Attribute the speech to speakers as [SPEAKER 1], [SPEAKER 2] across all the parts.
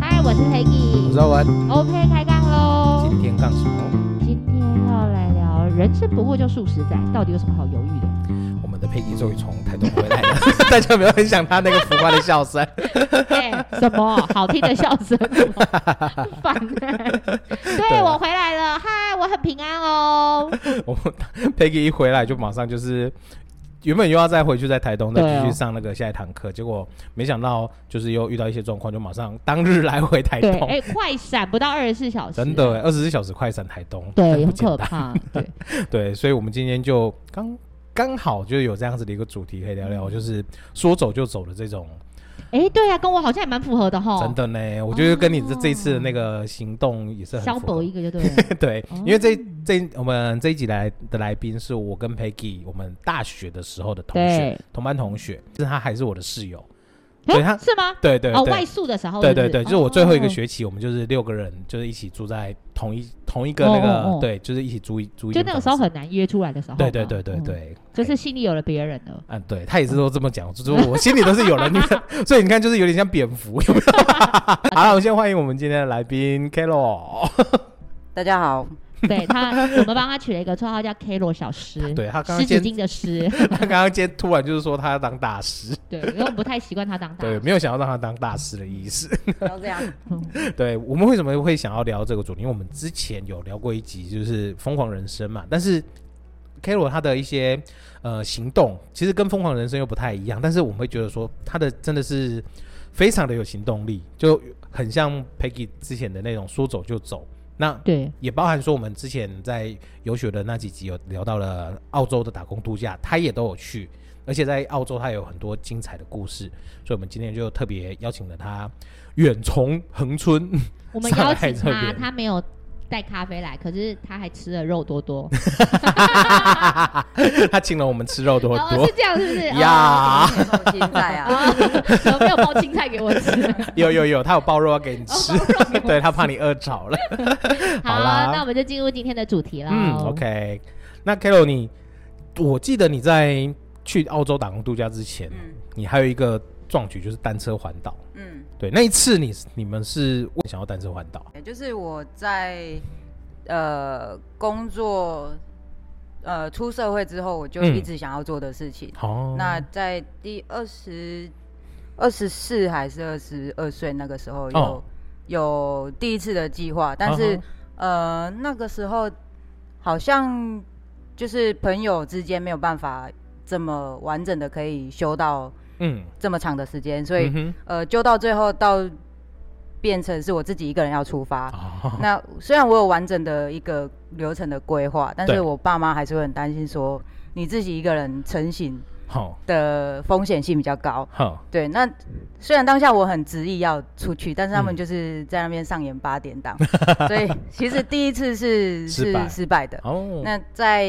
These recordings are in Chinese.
[SPEAKER 1] 嗨，我是
[SPEAKER 2] 我
[SPEAKER 1] Peggy
[SPEAKER 2] 是。阿文，
[SPEAKER 1] OK，开杠喽！
[SPEAKER 2] 啊今天干什么？
[SPEAKER 1] 今天要来聊人生不过就数十载，到底有什么好犹豫 的？
[SPEAKER 2] 我们的佩奇终于从台东回来 了，大家有没有很想他那个浮夸的笑声？
[SPEAKER 1] 哎、什么好听的笑声？很烦 哎、
[SPEAKER 2] 啊
[SPEAKER 1] 对我回来了，嗨，我很平安哦。
[SPEAKER 2] 我们佩奇一回来就马上就是，原本又要再回去在台东再
[SPEAKER 1] 对啊
[SPEAKER 2] 继续上那个下一堂课，结果没想到就是又遇到一些状况，就马上当日来回台
[SPEAKER 1] 对，
[SPEAKER 2] 东，
[SPEAKER 1] 哎、快闪不到二十四小时，
[SPEAKER 2] 真的二十四小时快闪台东，
[SPEAKER 1] 对，
[SPEAKER 2] 不
[SPEAKER 1] 很
[SPEAKER 2] 简
[SPEAKER 1] 可
[SPEAKER 2] 单。
[SPEAKER 1] 怕。对，
[SPEAKER 2] 对，所以我们今天就刚刚好就有这样子的一个主题可以聊聊，
[SPEAKER 1] 嗯
[SPEAKER 2] 就是说走就走的这种
[SPEAKER 1] 哎、对啊，跟我好像也蛮符合的哈。
[SPEAKER 2] 真的呢，我觉得跟你这
[SPEAKER 1] 哦
[SPEAKER 2] 这一次的那个行动也是很
[SPEAKER 1] 消
[SPEAKER 2] 符合
[SPEAKER 1] 薄一个就 对了。
[SPEAKER 2] 对
[SPEAKER 1] 哦，
[SPEAKER 2] 因为这这我们这一集来的来宾是我跟 Peggy 我们大学的时候的同学，
[SPEAKER 1] 对，
[SPEAKER 2] 同班同学，是他还是我的室友，
[SPEAKER 1] 哎
[SPEAKER 2] 对他
[SPEAKER 1] 是吗？
[SPEAKER 2] 对对
[SPEAKER 1] 哦，
[SPEAKER 2] 对
[SPEAKER 1] 外宿的时候
[SPEAKER 2] 对
[SPEAKER 1] 是不
[SPEAKER 2] 对
[SPEAKER 1] 是
[SPEAKER 2] 对，就是我最后一个
[SPEAKER 1] 哦
[SPEAKER 2] 学期，我们就是六个人，就是一起住在同一同一个那
[SPEAKER 1] 哦哦
[SPEAKER 2] 个
[SPEAKER 1] 哦
[SPEAKER 2] 对，就是一起租一租一
[SPEAKER 1] 就那
[SPEAKER 2] 间房
[SPEAKER 1] 个
[SPEAKER 2] 子，
[SPEAKER 1] 时候很难约出来的时候嘛。
[SPEAKER 2] 对对对对
[SPEAKER 1] 嗯，
[SPEAKER 2] 对，
[SPEAKER 1] 就是心里有了别人了。
[SPEAKER 2] 嗯，对他也是都这么讲，就是我心里都是有人的，所以你看就是有点像蝙蝠，有没 有？好了，我们先欢迎我们今天的来宾 k a r o
[SPEAKER 3] 大家好，
[SPEAKER 1] 对他，我们帮他取了一个绰号叫 K 罗小师，
[SPEAKER 2] 啊对他刚刚
[SPEAKER 1] 湿纸
[SPEAKER 2] 先
[SPEAKER 1] 巾的 湿。
[SPEAKER 2] 他刚刚今天突然就是说他要当大师，
[SPEAKER 1] 对，因为我们不太习惯他当大。
[SPEAKER 2] 对，没有想要让他当大师的意思。
[SPEAKER 3] 不要这样，
[SPEAKER 2] 对我们为什么会想要聊这个主题？因为我们之前有聊过一集，就是《疯狂人生》嘛，但是 k a r o 他的一些呃行动，其实跟《疯狂人生》又不太一样，但是我们会觉得说他的真的是非常的有行动力，就很像 Peggy 之前的那种说走就走。那
[SPEAKER 1] 对
[SPEAKER 2] 也包含说，我们之前在游学的那几集有聊到了澳洲的打工度假，他也都有去，而且在澳洲他有很多精彩的故事，所以我们今天就特别邀请了他远从恒春，
[SPEAKER 1] 我们
[SPEAKER 2] 上
[SPEAKER 1] 邀
[SPEAKER 2] 海
[SPEAKER 1] 请
[SPEAKER 2] 这
[SPEAKER 1] 他，
[SPEAKER 2] 边
[SPEAKER 1] 他没有带咖啡来，可是他还吃了肉多多。
[SPEAKER 2] 他请了我们吃肉 多
[SPEAKER 1] 哦，
[SPEAKER 2] 多
[SPEAKER 1] 是，这样，是不是？
[SPEAKER 2] 呀
[SPEAKER 1] 哦
[SPEAKER 3] 到现在 啊，
[SPEAKER 1] 啊，怎么没有包青菜 给我 吃？
[SPEAKER 2] 有有有，他有包肉要给你吃，
[SPEAKER 1] 哦
[SPEAKER 2] 对他怕你饿着了。
[SPEAKER 1] 好啊
[SPEAKER 2] 好啦
[SPEAKER 1] 那我们就进入今天的主题了。哦
[SPEAKER 2] 嗯，OK，那 Karo 你，我记得你在去澳洲打工度假之前，
[SPEAKER 3] 嗯
[SPEAKER 2] 你还有一个壮举就是单车环岛。
[SPEAKER 3] 嗯，
[SPEAKER 2] 对，那一次你你们是为什么想要单车环岛？
[SPEAKER 3] 也就是我在呃工作呃出社会之后，我就
[SPEAKER 2] 嗯
[SPEAKER 3] 一直想要做的事情。
[SPEAKER 2] 哦，
[SPEAKER 3] 那在第二十二十四还是二十二岁那个时候有、
[SPEAKER 2] 哦
[SPEAKER 3] 有第一次的计划，但是、
[SPEAKER 2] 啊
[SPEAKER 3] 呃那个时候好像就是朋友之间没有办法这么完整的可以休到
[SPEAKER 2] 嗯，
[SPEAKER 3] 这么长的时间，所以
[SPEAKER 2] 嗯哼
[SPEAKER 3] 呃，就到最后到变成是我自己一个人要出发。
[SPEAKER 2] 哦
[SPEAKER 3] 那虽然我有完整的一个流程的规划，但
[SPEAKER 2] 对
[SPEAKER 3] 是我爸妈还是会很担心说你自己一个人成型
[SPEAKER 2] 好
[SPEAKER 3] 的风险性比较高。
[SPEAKER 2] 好，
[SPEAKER 3] 对，那虽然当下我很执意要出去，但是他
[SPEAKER 2] 嗯
[SPEAKER 3] 们就是在那边上演八点 档，所以其实第一次是
[SPEAKER 2] 失败
[SPEAKER 3] 是失败的。
[SPEAKER 2] 哦，
[SPEAKER 3] 那在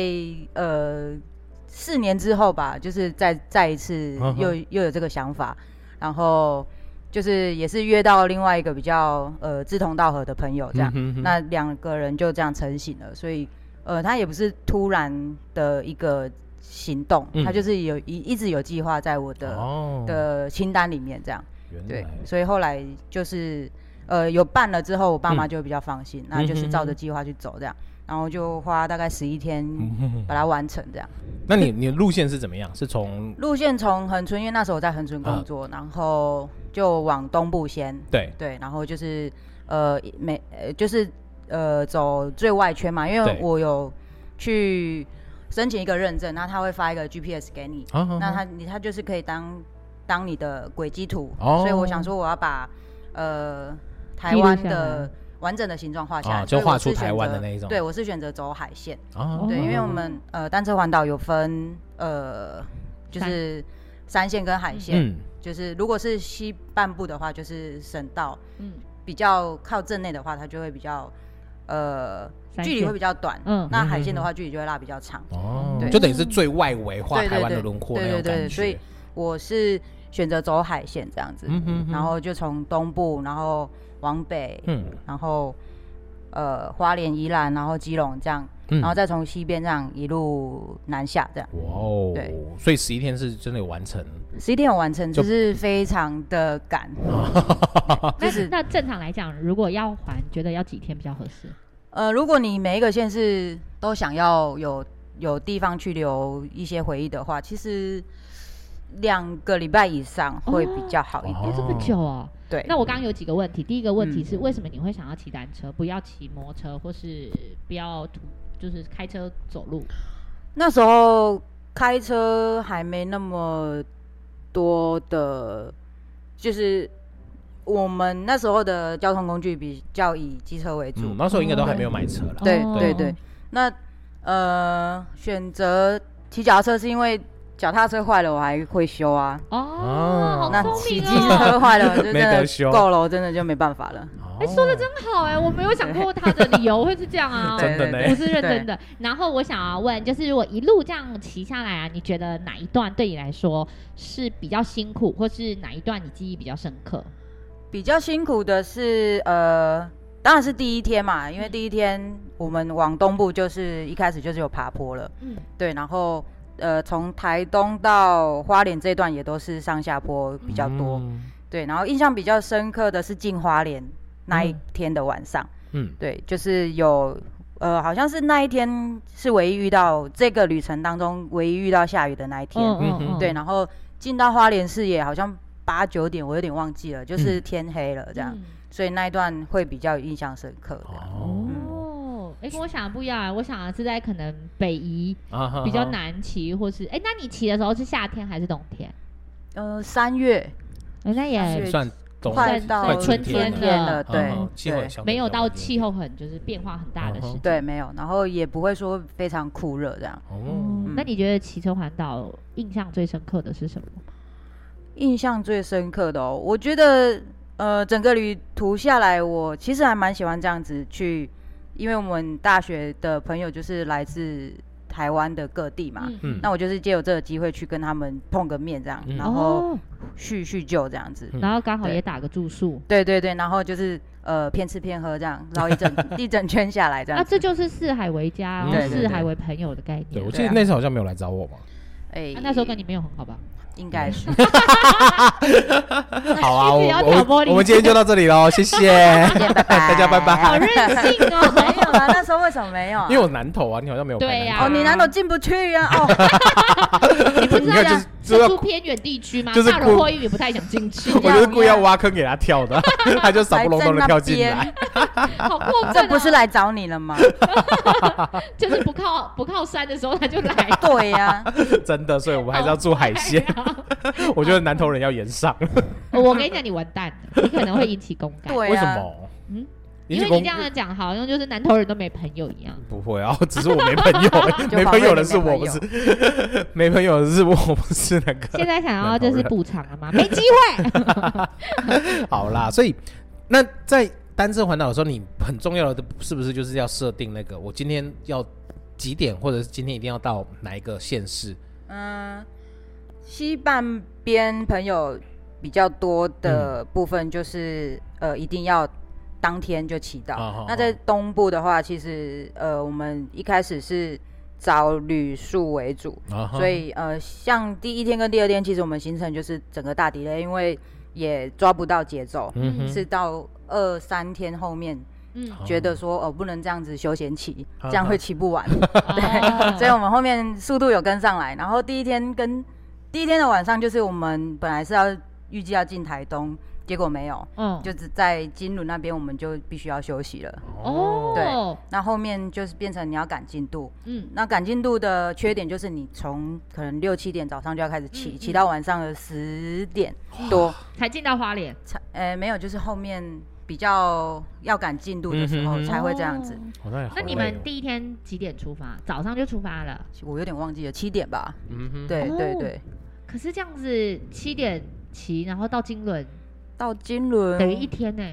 [SPEAKER 3] 呃四年之后吧，就是再再一次
[SPEAKER 2] 嗯哼
[SPEAKER 3] 又又有这个想法，然后就是也是约到另外一个比较呃志同道合的朋友这样，
[SPEAKER 2] 嗯哼哼
[SPEAKER 3] 那两个人就这样成型了。所以呃，他也不是突然的一个行动，
[SPEAKER 2] 嗯
[SPEAKER 3] 他就是有一一直有计划在我的、
[SPEAKER 2] 哦，
[SPEAKER 3] 的清单里面这样。
[SPEAKER 2] 原
[SPEAKER 3] 对
[SPEAKER 2] 来，
[SPEAKER 3] 所以后来就是呃有办了之后，我爸妈
[SPEAKER 2] 嗯
[SPEAKER 3] 就会比较放心，那就是照着计划去走这样，然后就花大概十一天
[SPEAKER 2] 嗯哼哼
[SPEAKER 3] 把它完成这样。
[SPEAKER 2] 那你你的路线是怎么样？是从
[SPEAKER 3] 路线从恒春，因为那时候我在恒春
[SPEAKER 2] 啊
[SPEAKER 3] 工作，然后就往东部先，
[SPEAKER 2] 对
[SPEAKER 3] 对，然后就是呃每呃就是呃走最外圈嘛，因为
[SPEAKER 2] 对
[SPEAKER 3] 我有去申请一个认证，那他会发一个 GPS 给你，
[SPEAKER 2] 啊，
[SPEAKER 3] 那它你它就是可以当当你的轨迹图，
[SPEAKER 2] 哦
[SPEAKER 3] 所以我想说我要把呃台
[SPEAKER 1] 记录
[SPEAKER 3] 湾
[SPEAKER 1] 下来
[SPEAKER 3] 的完整的形状画下来，
[SPEAKER 2] 啊
[SPEAKER 3] 所以
[SPEAKER 2] 就画
[SPEAKER 3] 我是
[SPEAKER 2] 出台湾的
[SPEAKER 3] 选择
[SPEAKER 2] 那一种
[SPEAKER 3] 对，我是选择走海线，
[SPEAKER 2] 啊
[SPEAKER 3] 对，因为我
[SPEAKER 1] 哦
[SPEAKER 3] 们呃单车环岛有分呃就是山线跟海线，
[SPEAKER 2] 嗯
[SPEAKER 3] 就是如果是西半部的话就是省道，
[SPEAKER 1] 嗯，
[SPEAKER 3] 比较靠镇内的话它就会比较呃
[SPEAKER 1] 山
[SPEAKER 3] 距离
[SPEAKER 1] 线
[SPEAKER 3] 会比较短，
[SPEAKER 1] 嗯
[SPEAKER 3] 那海线的话距离就会拉比较长。
[SPEAKER 2] 哦，
[SPEAKER 3] 对
[SPEAKER 2] 就等于是最外围画
[SPEAKER 3] 对对
[SPEAKER 2] 台湾的
[SPEAKER 3] 对
[SPEAKER 2] 轮廓
[SPEAKER 3] 对
[SPEAKER 2] 那种
[SPEAKER 3] 对对
[SPEAKER 2] 感觉，
[SPEAKER 3] 所以我是选择走海线这样子，
[SPEAKER 2] 嗯哼哼
[SPEAKER 3] 然后就从东部，然后往北，
[SPEAKER 2] 嗯
[SPEAKER 3] 然后呃花莲、宜兰，然后基隆这样
[SPEAKER 2] 嗯
[SPEAKER 3] 然后再从西边这样一路南下，这样
[SPEAKER 2] 哇哦
[SPEAKER 3] 对，
[SPEAKER 2] 所以十一天是真的有完成，
[SPEAKER 3] 十一点有完成，
[SPEAKER 2] 就
[SPEAKER 3] 只是非常的 赶，
[SPEAKER 1] 那
[SPEAKER 3] 就是
[SPEAKER 1] 那正常来讲，如果要还，觉得要几天比较合适？
[SPEAKER 3] 呃，如果你每一个县市都想要有有地方去留一些回忆的话，其实两个礼拜以上会比较好一点。
[SPEAKER 1] 哎、这么
[SPEAKER 2] 哦
[SPEAKER 1] 久哦。
[SPEAKER 3] 对，
[SPEAKER 1] 那我刚刚有几个问题，第一个问题
[SPEAKER 3] 嗯
[SPEAKER 1] 是为什么你会想要骑单车，不要骑摩托车，或是不要徒就是开车走路？
[SPEAKER 3] 那时候开车还没那么多的，就是我们那时候的交通工具比较以机车为主。
[SPEAKER 2] 嗯，那时候应该都还没有买车了，
[SPEAKER 3] 对
[SPEAKER 1] 哦
[SPEAKER 3] 对对，那呃，选择骑脚踏车是因为脚踏车坏了我还会修啊，
[SPEAKER 1] 哦，
[SPEAKER 3] 那
[SPEAKER 1] 好聪
[SPEAKER 3] 骑
[SPEAKER 1] 明
[SPEAKER 3] 机
[SPEAKER 1] 哦！
[SPEAKER 3] 车坏了就真
[SPEAKER 2] 没得
[SPEAKER 3] 的
[SPEAKER 2] 修
[SPEAKER 3] 够了，我真的就没办法 了。
[SPEAKER 1] 哎，说的真好哎，我没有想过他的理由会是这样 啊。
[SPEAKER 3] 对
[SPEAKER 2] 真的
[SPEAKER 3] 对
[SPEAKER 2] 呢
[SPEAKER 1] 不
[SPEAKER 3] 对，
[SPEAKER 1] 是认真的。然后我想要问，就是如果一路这样骑下来啊，你觉得哪一段对你来说是比较辛苦，或是哪一段你记忆比较深刻？
[SPEAKER 3] 比较辛苦的是呃。当然是第一天嘛，因为第一天我们往东部就是一开始就是有爬坡了，
[SPEAKER 1] 嗯，
[SPEAKER 3] 对，然后呃，从台东到花莲这段也都是上下坡比较多，
[SPEAKER 2] 嗯
[SPEAKER 3] 对，然后印象比较深刻的是进花莲那一
[SPEAKER 2] 嗯
[SPEAKER 3] 天的晚上，
[SPEAKER 2] 嗯，
[SPEAKER 3] 对，就是有呃，好像是那一天是唯一遇到这个旅程当中唯一遇到下雨的那一天，
[SPEAKER 2] 嗯嗯
[SPEAKER 3] 对，然后进到花莲视野好像八九点，我有点忘记
[SPEAKER 2] 嗯
[SPEAKER 3] 了，就是天黑了这样，
[SPEAKER 1] 嗯
[SPEAKER 3] 所以那一段会比较有印象深刻这样。
[SPEAKER 2] 哦，
[SPEAKER 1] 哦，哎，跟我想的不一样啊，我想的是在可能北宜
[SPEAKER 2] 啊哈
[SPEAKER 1] 比较
[SPEAKER 2] 哈
[SPEAKER 1] 难骑，或是哎，那你骑的时候是夏天还是冬天？
[SPEAKER 3] 呃，三月
[SPEAKER 1] 哎，那
[SPEAKER 3] 是
[SPEAKER 1] 也
[SPEAKER 2] 算懂
[SPEAKER 1] 快
[SPEAKER 3] 快到
[SPEAKER 2] 快春
[SPEAKER 3] 春
[SPEAKER 2] 天
[SPEAKER 1] 了
[SPEAKER 3] 了，
[SPEAKER 2] 啊
[SPEAKER 3] 对
[SPEAKER 2] 哈，气候
[SPEAKER 3] 对
[SPEAKER 2] 也相对
[SPEAKER 1] 没有
[SPEAKER 2] 比较
[SPEAKER 1] 到
[SPEAKER 2] 稳定
[SPEAKER 1] 气候很就是变化很大的时
[SPEAKER 2] 嗯哼
[SPEAKER 1] 间。
[SPEAKER 3] 对，没有，然后也不会说非常酷热这样。
[SPEAKER 2] 哦，
[SPEAKER 1] 嗯，那你觉得骑车环岛印象最深刻的是什么？
[SPEAKER 3] 印象最深刻的哦，我觉得呃，整个旅途下来，我其实还蛮喜欢这样子去，因为我们大学的朋友就是来自台湾的各地嘛，
[SPEAKER 2] 嗯
[SPEAKER 3] 那我就是借由这个机会去跟他们碰个面这样，
[SPEAKER 2] 嗯
[SPEAKER 3] 然后
[SPEAKER 1] 哦，
[SPEAKER 3] 叙叙旧这样子。
[SPEAKER 2] 嗯
[SPEAKER 1] 然后刚好
[SPEAKER 3] 对
[SPEAKER 1] 也打个住宿，
[SPEAKER 3] 对对对，然后就是呃，骗吃骗喝这样，绕一整 一整圈下来这
[SPEAKER 1] 那
[SPEAKER 3] 样。
[SPEAKER 1] 啊这就是四海为家，然
[SPEAKER 2] 嗯
[SPEAKER 1] 后
[SPEAKER 3] 对对
[SPEAKER 1] 四
[SPEAKER 3] 对
[SPEAKER 1] 海为朋友的概
[SPEAKER 2] 对
[SPEAKER 1] 念啊
[SPEAKER 2] 我。记
[SPEAKER 3] 对
[SPEAKER 2] 得
[SPEAKER 3] 啊
[SPEAKER 2] 那次好像没有来找我嘛，
[SPEAKER 3] 哎
[SPEAKER 1] 那那时候跟你没有很好吧？
[SPEAKER 3] 应该是
[SPEAKER 2] 好啊，
[SPEAKER 1] 一
[SPEAKER 2] 我
[SPEAKER 1] 直要挑
[SPEAKER 2] 我
[SPEAKER 1] 拨
[SPEAKER 2] 我
[SPEAKER 1] 离
[SPEAKER 2] 我们今天就到这里喽，谢谢 大家，拜 拜。
[SPEAKER 1] 好任性
[SPEAKER 3] 没
[SPEAKER 1] 哦！
[SPEAKER 3] 有啦，那时候为什么没有啊？
[SPEAKER 2] 因为我南投啊，你好像没有开
[SPEAKER 1] 对呀
[SPEAKER 2] 南
[SPEAKER 3] 哦，你难道进不去呀、啊？哦，
[SPEAKER 1] 你不知道
[SPEAKER 2] 你看
[SPEAKER 1] 人
[SPEAKER 2] 就是就是
[SPEAKER 1] 是
[SPEAKER 2] 要
[SPEAKER 1] 住偏远地区吗？
[SPEAKER 2] 就是
[SPEAKER 1] 大
[SPEAKER 2] 故
[SPEAKER 1] 龙会议也不太想进 去，
[SPEAKER 2] 投我就是故意要挖坑给他跳的， 他就傻不隆咚的跳进
[SPEAKER 3] 还在
[SPEAKER 2] 来
[SPEAKER 3] 那。
[SPEAKER 1] 好过分
[SPEAKER 3] 这
[SPEAKER 1] 哦！
[SPEAKER 3] 不是来找你 了吗？
[SPEAKER 1] 就是不靠不靠山的时候他就来，
[SPEAKER 3] 对呀、
[SPEAKER 2] 真的，所以我们还是要住海鲜。
[SPEAKER 3] 哦
[SPEAKER 1] 好快啊
[SPEAKER 2] 我觉得南投人要延上，
[SPEAKER 1] 哦我跟你讲，你完蛋了，你可能会引起公干。
[SPEAKER 3] 对啊
[SPEAKER 2] 为
[SPEAKER 3] 呀、
[SPEAKER 2] 什？么？
[SPEAKER 1] 嗯
[SPEAKER 2] 你
[SPEAKER 1] 因
[SPEAKER 2] 是
[SPEAKER 1] 为
[SPEAKER 2] 公
[SPEAKER 1] 你这样讲，好像就是南头人都没朋友一样。
[SPEAKER 2] 不会啊， 只是我没朋友，
[SPEAKER 3] 就
[SPEAKER 2] 没
[SPEAKER 3] 宝
[SPEAKER 2] 朋
[SPEAKER 3] 贝
[SPEAKER 2] 友的
[SPEAKER 3] 你
[SPEAKER 2] 是我，
[SPEAKER 3] 没朋
[SPEAKER 2] 不
[SPEAKER 3] 友
[SPEAKER 2] 是没朋友的是我，不是那个
[SPEAKER 1] 现。在想要
[SPEAKER 2] 南投
[SPEAKER 1] 就
[SPEAKER 2] 人
[SPEAKER 1] 是补偿了吗？没机会。
[SPEAKER 2] 好啦，所以那在单车环岛的时候，你很重要的是不是就是要设定那个我今天要几点，或者是今天一定要到哪一个县市？
[SPEAKER 3] 嗯，西半边朋友比较多的部分就是、
[SPEAKER 2] 嗯
[SPEAKER 3] 呃，一定要当天就骑到。
[SPEAKER 2] 哦哦
[SPEAKER 3] 那在东部的话，其实呃，我们一开始是找旅宿为主，
[SPEAKER 2] 啊
[SPEAKER 3] 所以呃，像第一天跟第二天，其实我们行程就是整个大底类，因为也抓不到节奏，
[SPEAKER 2] 嗯哼
[SPEAKER 3] 是到二三天后面
[SPEAKER 1] 嗯，
[SPEAKER 3] 觉得说哦，不能这样子休闲骑，
[SPEAKER 2] 嗯
[SPEAKER 3] 这样会
[SPEAKER 2] 嗯
[SPEAKER 3] 骑 不完。
[SPEAKER 1] 哦
[SPEAKER 3] 所以我们后面速度有跟上来。然后第一天跟第一天的晚上，就是我们本来是要预计要进台东，结果没
[SPEAKER 2] 哦
[SPEAKER 3] 有，
[SPEAKER 1] 嗯，
[SPEAKER 3] 就是在金轮那边我们就必须要休息了。
[SPEAKER 1] 哦，
[SPEAKER 3] 对那后面就是变成你要赶进度，
[SPEAKER 1] 嗯，
[SPEAKER 3] 那赶进度的缺点就是你从可能六七点早上就要开始骑，
[SPEAKER 1] 嗯
[SPEAKER 3] 骑到晚上的十点多，
[SPEAKER 1] 才进到花莲，
[SPEAKER 3] 才呃没有，就是后面比较要赶进度的时
[SPEAKER 2] 嗯哼
[SPEAKER 3] 候
[SPEAKER 2] 哼
[SPEAKER 3] 才会这样子
[SPEAKER 1] 哦。。
[SPEAKER 2] 好像也好
[SPEAKER 1] 那你
[SPEAKER 2] 累
[SPEAKER 1] 们
[SPEAKER 2] 哦
[SPEAKER 1] 第一天几点出发？早上就出发了，
[SPEAKER 3] 我有点忘记了，七点吧？
[SPEAKER 2] 嗯哼，
[SPEAKER 3] 对对
[SPEAKER 1] 哦
[SPEAKER 3] 对，
[SPEAKER 1] 可是这样子七点骑，然后到金轮，
[SPEAKER 3] 到金轮
[SPEAKER 1] 等于一天呢、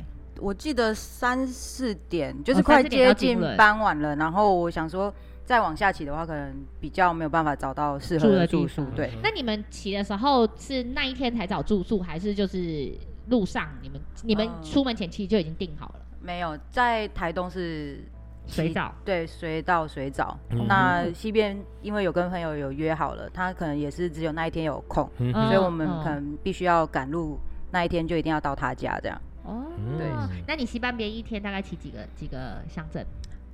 [SPEAKER 3] 我记得三四点，就是
[SPEAKER 1] 哦
[SPEAKER 3] 快
[SPEAKER 1] 3-4点
[SPEAKER 3] 接
[SPEAKER 1] 到金
[SPEAKER 3] 近
[SPEAKER 1] 轮
[SPEAKER 3] 傍晚了。然后我想说，再往下骑的话，可能比较没有办法找到适合
[SPEAKER 1] 住的
[SPEAKER 3] 的
[SPEAKER 1] 地
[SPEAKER 3] 住宿
[SPEAKER 1] 方。嗯
[SPEAKER 3] 对，
[SPEAKER 1] 那你们骑的时候是那一天才找住宿，还是就是路上你们你们
[SPEAKER 3] 嗯
[SPEAKER 1] 出门前其实就已经订好了？
[SPEAKER 3] 没有在台东是
[SPEAKER 1] 水
[SPEAKER 3] 洗
[SPEAKER 1] 澡，
[SPEAKER 3] 对，随到随找。
[SPEAKER 2] 嗯
[SPEAKER 3] 那西边因为有跟朋友有约好了，他可能也是只有那一呃天有空，
[SPEAKER 2] 嗯
[SPEAKER 1] 嗯
[SPEAKER 3] 所以我们
[SPEAKER 1] 嗯
[SPEAKER 3] 可能必须要赶路，那一天就一定要到他家这样。
[SPEAKER 1] 哦，
[SPEAKER 2] 对
[SPEAKER 1] 那你西半边一天大概骑几个几个乡镇？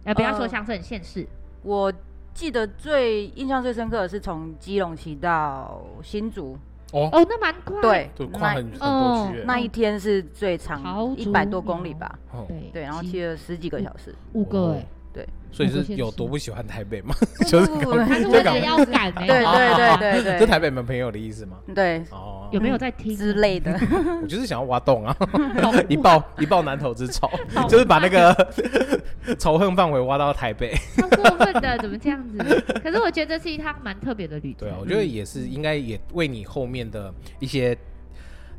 [SPEAKER 1] 呃，不要说
[SPEAKER 3] 呃
[SPEAKER 1] 乡镇，县市。
[SPEAKER 3] 我记得最印象最深刻的是从基隆骑到新竹，
[SPEAKER 2] 哦，
[SPEAKER 1] 哦，那蛮快。
[SPEAKER 3] 对，
[SPEAKER 2] 对，跨
[SPEAKER 3] 那
[SPEAKER 2] 很很多区
[SPEAKER 1] 嗯
[SPEAKER 2] 耶，
[SPEAKER 3] 那一天是最长
[SPEAKER 1] 桃
[SPEAKER 3] 一百
[SPEAKER 1] 竹
[SPEAKER 3] 多公里
[SPEAKER 1] 苗
[SPEAKER 3] 吧，
[SPEAKER 2] 哦
[SPEAKER 1] 对
[SPEAKER 3] 对，然后
[SPEAKER 1] 骑
[SPEAKER 3] 骑了十几嗯个小时。
[SPEAKER 1] 五个哎，
[SPEAKER 2] 所以是有多不喜欢台北吗？ 就是
[SPEAKER 3] 不不不
[SPEAKER 2] 刚
[SPEAKER 1] 他是
[SPEAKER 2] 就
[SPEAKER 1] 为
[SPEAKER 2] 感
[SPEAKER 1] 了
[SPEAKER 2] 觉
[SPEAKER 1] 要赶哎。
[SPEAKER 3] 对对
[SPEAKER 1] 哦
[SPEAKER 3] 对对
[SPEAKER 2] 这
[SPEAKER 3] 对
[SPEAKER 2] 台北没朋友的意思吗？
[SPEAKER 3] 对
[SPEAKER 2] 哦，
[SPEAKER 1] 有没有在听
[SPEAKER 3] 之类 的，
[SPEAKER 2] 我就是想要挖洞啊，
[SPEAKER 1] 懂
[SPEAKER 2] 一报一报南投之仇
[SPEAKER 1] 懂，
[SPEAKER 2] 就是把那个 仇恨范围挖到台北。
[SPEAKER 1] 超过分的，怎么这样子？可是我觉得这是一趟蛮特别的旅程。
[SPEAKER 2] 对啊，我觉得也是，应该也为你后面的一些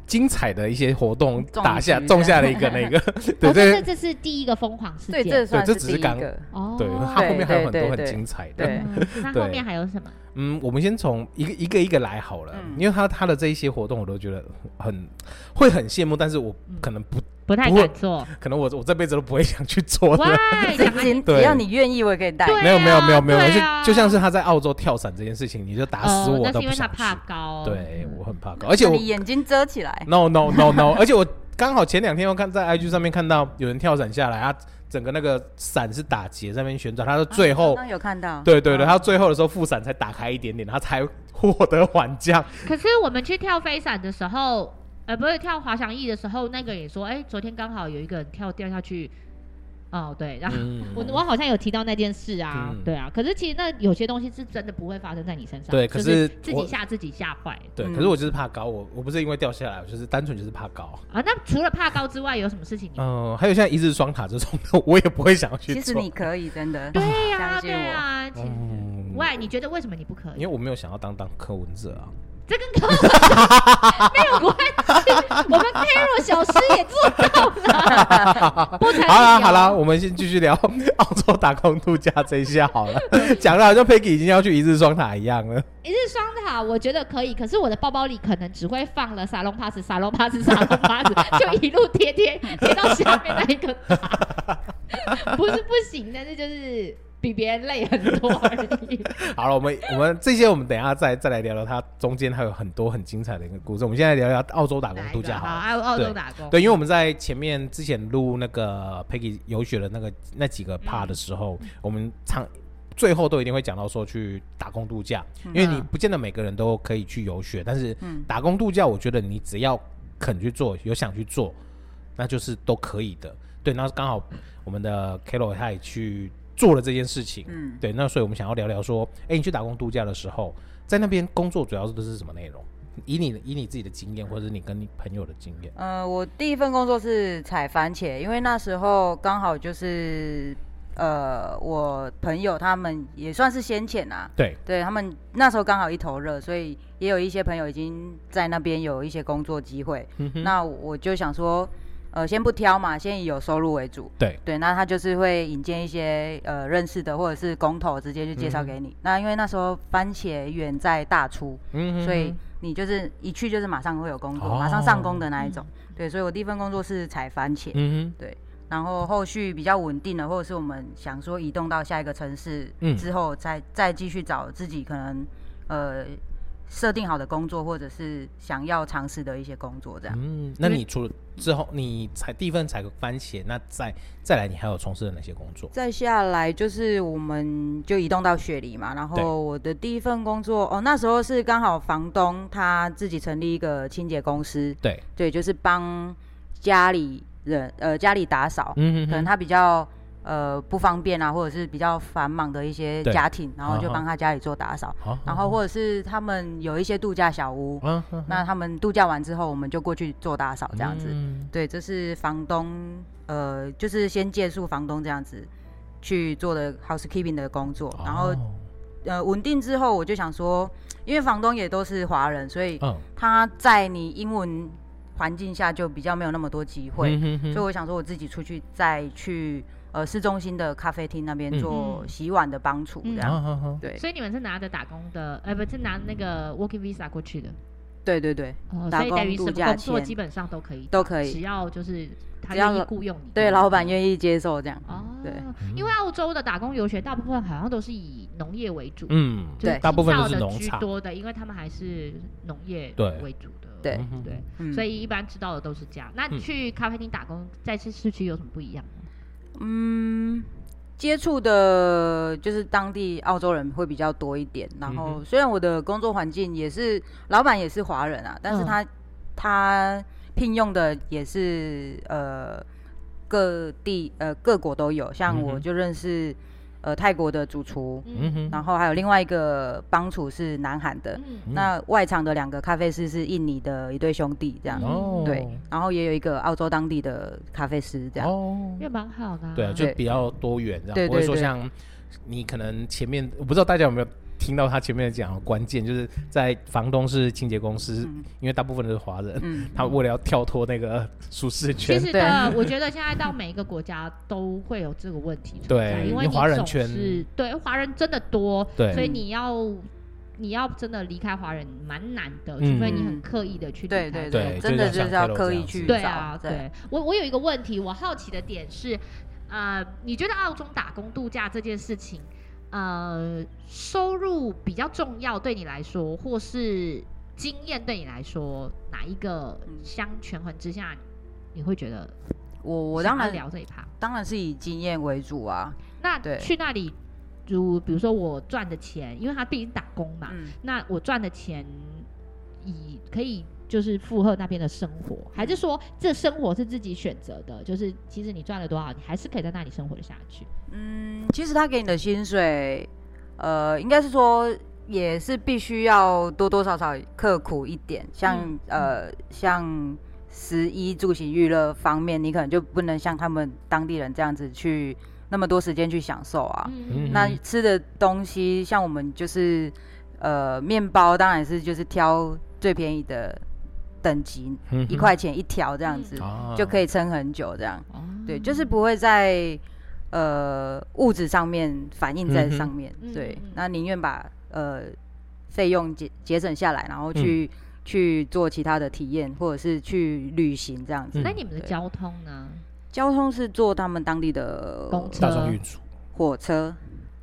[SPEAKER 2] 精彩的一些活动
[SPEAKER 3] 种
[SPEAKER 2] 打下
[SPEAKER 3] 植
[SPEAKER 2] 种下了一个那 个，对
[SPEAKER 1] 哦，这
[SPEAKER 2] 对
[SPEAKER 1] 这是第一个疯狂事
[SPEAKER 3] 对，
[SPEAKER 1] 件。
[SPEAKER 3] 这算
[SPEAKER 2] 这
[SPEAKER 3] 是
[SPEAKER 2] 只
[SPEAKER 3] 第
[SPEAKER 2] 是
[SPEAKER 3] 一
[SPEAKER 2] 刚
[SPEAKER 3] 个。
[SPEAKER 1] 哦，
[SPEAKER 2] 对，它
[SPEAKER 1] 对
[SPEAKER 2] 后面还有很多
[SPEAKER 3] 对对
[SPEAKER 2] 很
[SPEAKER 3] 对
[SPEAKER 2] 精彩的。
[SPEAKER 3] 对
[SPEAKER 1] 嗯那后
[SPEAKER 2] 对
[SPEAKER 1] 面还有什么？
[SPEAKER 2] 嗯，我们先从一个一个一个来好了，
[SPEAKER 3] 嗯
[SPEAKER 2] 因为他他的这一些活动我都觉得很会很羡慕，但是我
[SPEAKER 1] 嗯
[SPEAKER 2] 可能不
[SPEAKER 1] 不太
[SPEAKER 2] 不会
[SPEAKER 1] 敢做。
[SPEAKER 2] 可能我我这辈子都不会想去做的。
[SPEAKER 1] 哇，讲
[SPEAKER 3] 只
[SPEAKER 1] 完
[SPEAKER 3] 只要你愿意，我也可以带。
[SPEAKER 1] 对啊
[SPEAKER 2] 没有没有没有没有，
[SPEAKER 1] 对
[SPEAKER 2] 就
[SPEAKER 1] 啊
[SPEAKER 2] 就像是他在澳洲跳伞这件事情，你就打死
[SPEAKER 1] 哦
[SPEAKER 2] 我
[SPEAKER 1] 那
[SPEAKER 2] 都
[SPEAKER 1] 是因
[SPEAKER 2] 不
[SPEAKER 1] 为他
[SPEAKER 2] 想
[SPEAKER 1] 怕
[SPEAKER 2] 去。
[SPEAKER 1] 高。
[SPEAKER 2] 对
[SPEAKER 1] 嗯
[SPEAKER 2] 我很怕高，而且我
[SPEAKER 3] 你眼睛遮 起来，
[SPEAKER 2] no no no no，而且我刚好前两天我看在 IG 上面看到有人跳伞下来，他整个那个伞是打结在那边旋转，他说最后。
[SPEAKER 3] 刚刚有看到，
[SPEAKER 2] 对对对，
[SPEAKER 3] 嗯
[SPEAKER 2] 他最后的时候副伞才打开一点点，他才获得缓 降。
[SPEAKER 1] 可是我们去跳飞伞的时候，呃，不是跳滑翔翼的时候，那个也说，哎、昨天刚好有一个人跳掉下去，哦，对，
[SPEAKER 3] 啊
[SPEAKER 1] 然后。
[SPEAKER 2] 嗯
[SPEAKER 1] 我我好像有提到那件事啊，
[SPEAKER 2] 嗯
[SPEAKER 1] 对啊，可是其实那有些东西是真的不会发生在你身上，
[SPEAKER 2] 对
[SPEAKER 1] 就
[SPEAKER 2] 可
[SPEAKER 1] 是
[SPEAKER 2] 是
[SPEAKER 1] 自己
[SPEAKER 2] 我
[SPEAKER 1] 吓自己吓坏
[SPEAKER 2] 对，
[SPEAKER 3] 嗯
[SPEAKER 2] 可是我就是怕高，我我不是因为掉下来，我就是单纯就是怕高。
[SPEAKER 1] 啊。那除了怕高之外，有什么事情你？
[SPEAKER 2] 嗯，还有像一日双塔这种的，我也不会想要去
[SPEAKER 3] 其
[SPEAKER 2] 做。
[SPEAKER 3] 实你可以，真的。
[SPEAKER 1] 对呀、
[SPEAKER 3] 相信
[SPEAKER 1] 对
[SPEAKER 3] 我
[SPEAKER 1] 呀、啊，其实
[SPEAKER 2] 嗯
[SPEAKER 1] 喂，你觉得为什么你不可
[SPEAKER 2] 因
[SPEAKER 1] 以
[SPEAKER 2] 为？我没有想要当当柯文哲 啊。
[SPEAKER 1] 这跟高 没有关系，我们 Carol 小师也做到 了，不成
[SPEAKER 2] 好啦
[SPEAKER 1] 理
[SPEAKER 2] 好啦，
[SPEAKER 1] 由
[SPEAKER 2] 我们先继续聊澳洲打工度假这一下好了，讲的好像 Peggy 已经要去一日双塔一样了。
[SPEAKER 1] 一日双塔，我觉得可以，可是我的包包里可能只会放了沙龙 pass、沙龙 pass、沙龙 pass，就一路贴贴贴到下面那一个塔， 不是不行，但是就是比别人累很多而 已。
[SPEAKER 2] 好了，我们我们这些我们等一下再再来聊聊，它中间还有很多很精彩的一个故事。我们现在聊聊澳洲打工
[SPEAKER 1] 哪一
[SPEAKER 2] 度
[SPEAKER 1] 个啊
[SPEAKER 2] 假好了。
[SPEAKER 1] 澳澳洲
[SPEAKER 2] 对
[SPEAKER 1] 打工，
[SPEAKER 2] 对，因为我们在前面之前录那个 Peggy 游学的那个那几个 part 的时候，我们唱最后都一定会讲到说去打工度假，因为你不见得每个人都可以去游学，但是
[SPEAKER 3] 嗯
[SPEAKER 2] 打工度假，我觉得你只要肯去做，有想去做，那就是都可以的。对，那刚好我们的 k a l o 他也去做了这件事情，
[SPEAKER 3] 嗯，
[SPEAKER 2] 对，那所以我们想要聊聊说，哎，你去打工度假的时候，在那边工作主要都是什么内容？以你以你自己的经验，或者是你跟你朋友的经验，
[SPEAKER 3] 呃，我第一份工作是采番茄，因为那时候刚好就是呃，我朋友他们也算是先遣啊，
[SPEAKER 2] 对。
[SPEAKER 3] 对他们那时候刚好一头热，所以也有一些朋友已经在那边有一些工作机会。
[SPEAKER 2] 嗯哼
[SPEAKER 3] 那我就想说，呃，先不挑嘛，先以有收入为主。
[SPEAKER 2] 对
[SPEAKER 3] 对，那他就是会引荐一些呃认识的或者是工头，直接就介绍给你。那因为那时候番茄园在大出，
[SPEAKER 2] 嗯哼
[SPEAKER 3] 所以你就是一去就是马上会有工作，
[SPEAKER 2] 哦
[SPEAKER 3] 马上上工的那一种。对，所以我第一份工作是采番茄，
[SPEAKER 2] 嗯
[SPEAKER 3] 然后后续比较稳定的，或者是我们想说移动到下一个城市
[SPEAKER 2] 嗯
[SPEAKER 3] 之后再，再继续找自己可能呃设定好的工作，或者是想要尝试的一些工作这
[SPEAKER 2] 哼
[SPEAKER 3] 样。
[SPEAKER 2] 嗯，那你除了之后，你采第一份采个番茄，那再再来，你还有从事了哪些工作？
[SPEAKER 3] 再下来就是我们就移动到雪梨嘛，然
[SPEAKER 2] 对
[SPEAKER 3] 后我的第一份工作哦，那时候是刚好房东他自己成立一个清洁公司，
[SPEAKER 2] 对，
[SPEAKER 3] 对，就是帮家里人呃家里打扫，
[SPEAKER 2] 嗯哼
[SPEAKER 3] 可能他比较呃不方便啊，或者是比较繁忙的一些
[SPEAKER 2] 对
[SPEAKER 3] 家庭，然后就
[SPEAKER 2] 啊哈
[SPEAKER 3] 帮他家里做打扫，
[SPEAKER 2] 好，
[SPEAKER 3] 然后或者是他们有一些度假小屋，
[SPEAKER 2] 啊，嗯
[SPEAKER 3] 那他们度假完之后，我们就过去做打扫这样子。
[SPEAKER 2] 嗯
[SPEAKER 3] 对，这是房东呃，就是先借宿房东这样子去做的 housekeeping 的工作，然后
[SPEAKER 2] 哦
[SPEAKER 3] 呃稳定之后，我就想说，因为房东也都是华人，所以
[SPEAKER 2] 嗯，
[SPEAKER 3] 他在你英文环境下就比较没有那么多机会，
[SPEAKER 2] 嗯哼哼
[SPEAKER 3] 所以我想说我自己出去再去呃市中心的咖啡厅那边
[SPEAKER 2] 嗯
[SPEAKER 3] 做
[SPEAKER 1] 嗯
[SPEAKER 3] 洗碗的帮厨这
[SPEAKER 1] 嗯
[SPEAKER 3] 样。
[SPEAKER 2] 啊啊啊
[SPEAKER 3] 对
[SPEAKER 1] 所以你们是拿着打工的，呃，不是拿那个 working visa 过去的，
[SPEAKER 3] 对对对，
[SPEAKER 1] 嗯哦，
[SPEAKER 3] 打
[SPEAKER 1] 所以等
[SPEAKER 3] 工
[SPEAKER 1] 于什
[SPEAKER 3] 度
[SPEAKER 1] 么
[SPEAKER 3] 假
[SPEAKER 1] 工作
[SPEAKER 3] 钱
[SPEAKER 1] 基本上都可以打，
[SPEAKER 3] 都可
[SPEAKER 1] 只
[SPEAKER 3] 以。
[SPEAKER 1] 要就是他
[SPEAKER 3] 只要
[SPEAKER 1] 愿意
[SPEAKER 3] 老
[SPEAKER 1] 雇佣你，
[SPEAKER 3] 对，老板愿意接受这样。
[SPEAKER 1] 哦，
[SPEAKER 3] 对
[SPEAKER 2] 嗯
[SPEAKER 1] 因为澳洲的打工游学大部分好像都是以农业为主，
[SPEAKER 2] 嗯，
[SPEAKER 1] 就是
[SPEAKER 3] 对
[SPEAKER 2] 大部分都
[SPEAKER 1] 制造
[SPEAKER 2] 是农
[SPEAKER 1] 的居
[SPEAKER 2] 场
[SPEAKER 1] 多的，因为他们还是农业
[SPEAKER 2] 对
[SPEAKER 1] 为主的，
[SPEAKER 3] 对
[SPEAKER 2] 嗯哼
[SPEAKER 1] 对，
[SPEAKER 3] 嗯，
[SPEAKER 1] 所以一般知道的都是这样。那你
[SPEAKER 2] 嗯
[SPEAKER 1] 去咖啡厅打工，在市市区有什么不一样吗？
[SPEAKER 3] 嗯，接触的就是当地澳洲人会比较多一点。然
[SPEAKER 2] 嗯
[SPEAKER 3] 后虽然我的工作环境也是老板也是华人啊，但是
[SPEAKER 1] 嗯
[SPEAKER 3] 他、他聘用的也是呃各地呃各国都有，像
[SPEAKER 2] 嗯
[SPEAKER 3] 我
[SPEAKER 2] 哼
[SPEAKER 3] 就认识呃泰国的主厨，
[SPEAKER 2] 嗯哼
[SPEAKER 3] 然后还有另外一个帮厨是南韩的。
[SPEAKER 1] 嗯
[SPEAKER 2] 嗯
[SPEAKER 3] 那外场的两个咖啡师是印尼的一对兄弟，这样、
[SPEAKER 1] 嗯
[SPEAKER 2] 哦，
[SPEAKER 3] 对，然后也有一个澳洲当地的咖啡师，这样、
[SPEAKER 2] 哦，
[SPEAKER 1] 也蛮好的啊、
[SPEAKER 2] 对啊，就
[SPEAKER 3] 对
[SPEAKER 2] 比较多元这样，
[SPEAKER 3] 对
[SPEAKER 2] 不会
[SPEAKER 3] 对
[SPEAKER 2] 说
[SPEAKER 3] 对
[SPEAKER 2] 像你可能前面，我不知道大家有没有听到他前面讲的关键，就是在房东是清洁公司，
[SPEAKER 3] 嗯
[SPEAKER 2] 因为大部分都是华人，
[SPEAKER 3] 嗯，
[SPEAKER 2] 他为了要跳脱那个舒适
[SPEAKER 1] 其
[SPEAKER 2] 圈，
[SPEAKER 1] 实
[SPEAKER 3] 对
[SPEAKER 1] 的，我觉得现在到每一个国家都会有这个问题存在，
[SPEAKER 2] 对
[SPEAKER 1] 因为
[SPEAKER 2] 因为
[SPEAKER 1] 你
[SPEAKER 2] 华人
[SPEAKER 1] 总
[SPEAKER 2] 圈
[SPEAKER 1] 是对华人真的多，
[SPEAKER 2] 对
[SPEAKER 1] 所以你要你要真的离开华人蛮难的，
[SPEAKER 2] 嗯
[SPEAKER 1] 除非你很刻意的去离
[SPEAKER 3] 对
[SPEAKER 1] 开
[SPEAKER 3] 对
[SPEAKER 1] 这个
[SPEAKER 2] 对
[SPEAKER 3] 真
[SPEAKER 2] 就像
[SPEAKER 3] 的就
[SPEAKER 2] 像
[SPEAKER 3] 是要
[SPEAKER 2] Carol
[SPEAKER 3] 刻
[SPEAKER 2] 这
[SPEAKER 3] 意
[SPEAKER 2] 样
[SPEAKER 3] 去
[SPEAKER 2] 子
[SPEAKER 1] 对啊，
[SPEAKER 3] 找
[SPEAKER 1] 对我我有一个问题，我好奇的点是，呃，你觉得澳中打工度假这件事情，呃，收入比较重要对你来说，或是经验对你来说，哪一个
[SPEAKER 3] 嗯
[SPEAKER 1] 相权衡之下，你会觉得
[SPEAKER 3] 我我
[SPEAKER 1] 想
[SPEAKER 3] 当
[SPEAKER 1] 要
[SPEAKER 3] 然
[SPEAKER 1] 聊这一趴？
[SPEAKER 3] 当然是以经验为主啊。
[SPEAKER 1] 那
[SPEAKER 3] 对
[SPEAKER 1] 去那里，如比如说我赚的钱，因为他毕竟打工嘛，
[SPEAKER 3] 嗯，
[SPEAKER 1] 那我赚的钱以可以就是负荷那边的生活，还是说
[SPEAKER 3] 嗯
[SPEAKER 1] 这生活是自己选择的？就是其实你赚了多少，你还是可以在那里生活的下去。
[SPEAKER 3] 嗯，其实他给你的薪水，呃，应该是说也是必须要多多少少刻苦一点，像、
[SPEAKER 1] 嗯
[SPEAKER 3] 呃像食衣住行娱乐方面，你可能就不能像他们当地人这样子去那么多时间去享受啊。
[SPEAKER 2] 嗯
[SPEAKER 3] 那吃的东西，像我们就是呃面包，当然是就是挑最便宜的等级，
[SPEAKER 2] 嗯
[SPEAKER 3] 一块钱一条这样子，
[SPEAKER 1] 嗯
[SPEAKER 2] 啊
[SPEAKER 3] 就可
[SPEAKER 2] 以，
[SPEAKER 3] 以撑很久这样。
[SPEAKER 1] 哦
[SPEAKER 3] 对，就是不会在呃物质上面反映在上面。
[SPEAKER 1] 嗯哼
[SPEAKER 3] 对
[SPEAKER 1] 嗯嗯，
[SPEAKER 3] 那宁愿把呃费用节节省下来，然后去、
[SPEAKER 2] 嗯
[SPEAKER 3] 去做其他的体验，或者是去旅行这样子。
[SPEAKER 2] 嗯
[SPEAKER 1] 那你们的交通呢？
[SPEAKER 3] 交通是坐他们当地的
[SPEAKER 1] 公车
[SPEAKER 2] 大众运输，
[SPEAKER 3] 火车，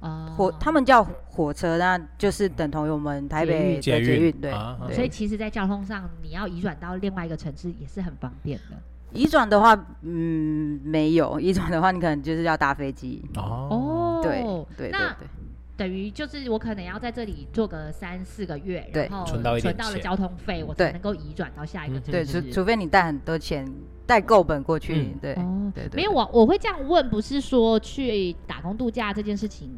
[SPEAKER 1] 啊、
[SPEAKER 3] 火他们叫火车，那就是等同于我们台北的
[SPEAKER 2] 捷
[SPEAKER 3] 捷
[SPEAKER 2] 运
[SPEAKER 3] 运。对
[SPEAKER 2] 啊啊，
[SPEAKER 1] 所以
[SPEAKER 3] 对。
[SPEAKER 1] 其实，在交通上，你要移转到另外一个城市也是很方便的。
[SPEAKER 3] 移转的话，嗯，没有移转的话，你可能就是要搭飞机。
[SPEAKER 2] 哦，
[SPEAKER 1] 哦，
[SPEAKER 3] 对对对
[SPEAKER 1] 那
[SPEAKER 2] 嗯
[SPEAKER 3] 对，
[SPEAKER 1] 等于就是我可能要在这里做个三四个月，
[SPEAKER 3] 对
[SPEAKER 1] 然后
[SPEAKER 2] 存到一点
[SPEAKER 1] 存到了
[SPEAKER 2] 钱
[SPEAKER 1] 交通费，我才
[SPEAKER 3] 对
[SPEAKER 1] 能够移转到下一个
[SPEAKER 2] 嗯
[SPEAKER 1] 城
[SPEAKER 3] 对，
[SPEAKER 1] 市。
[SPEAKER 3] 除除非你带很多钱，带够本过去，
[SPEAKER 2] 嗯
[SPEAKER 3] 对。
[SPEAKER 1] 哦，
[SPEAKER 3] 对对
[SPEAKER 1] 没有
[SPEAKER 3] 对
[SPEAKER 1] 我我会这样问，不是说去打工度假这件事情，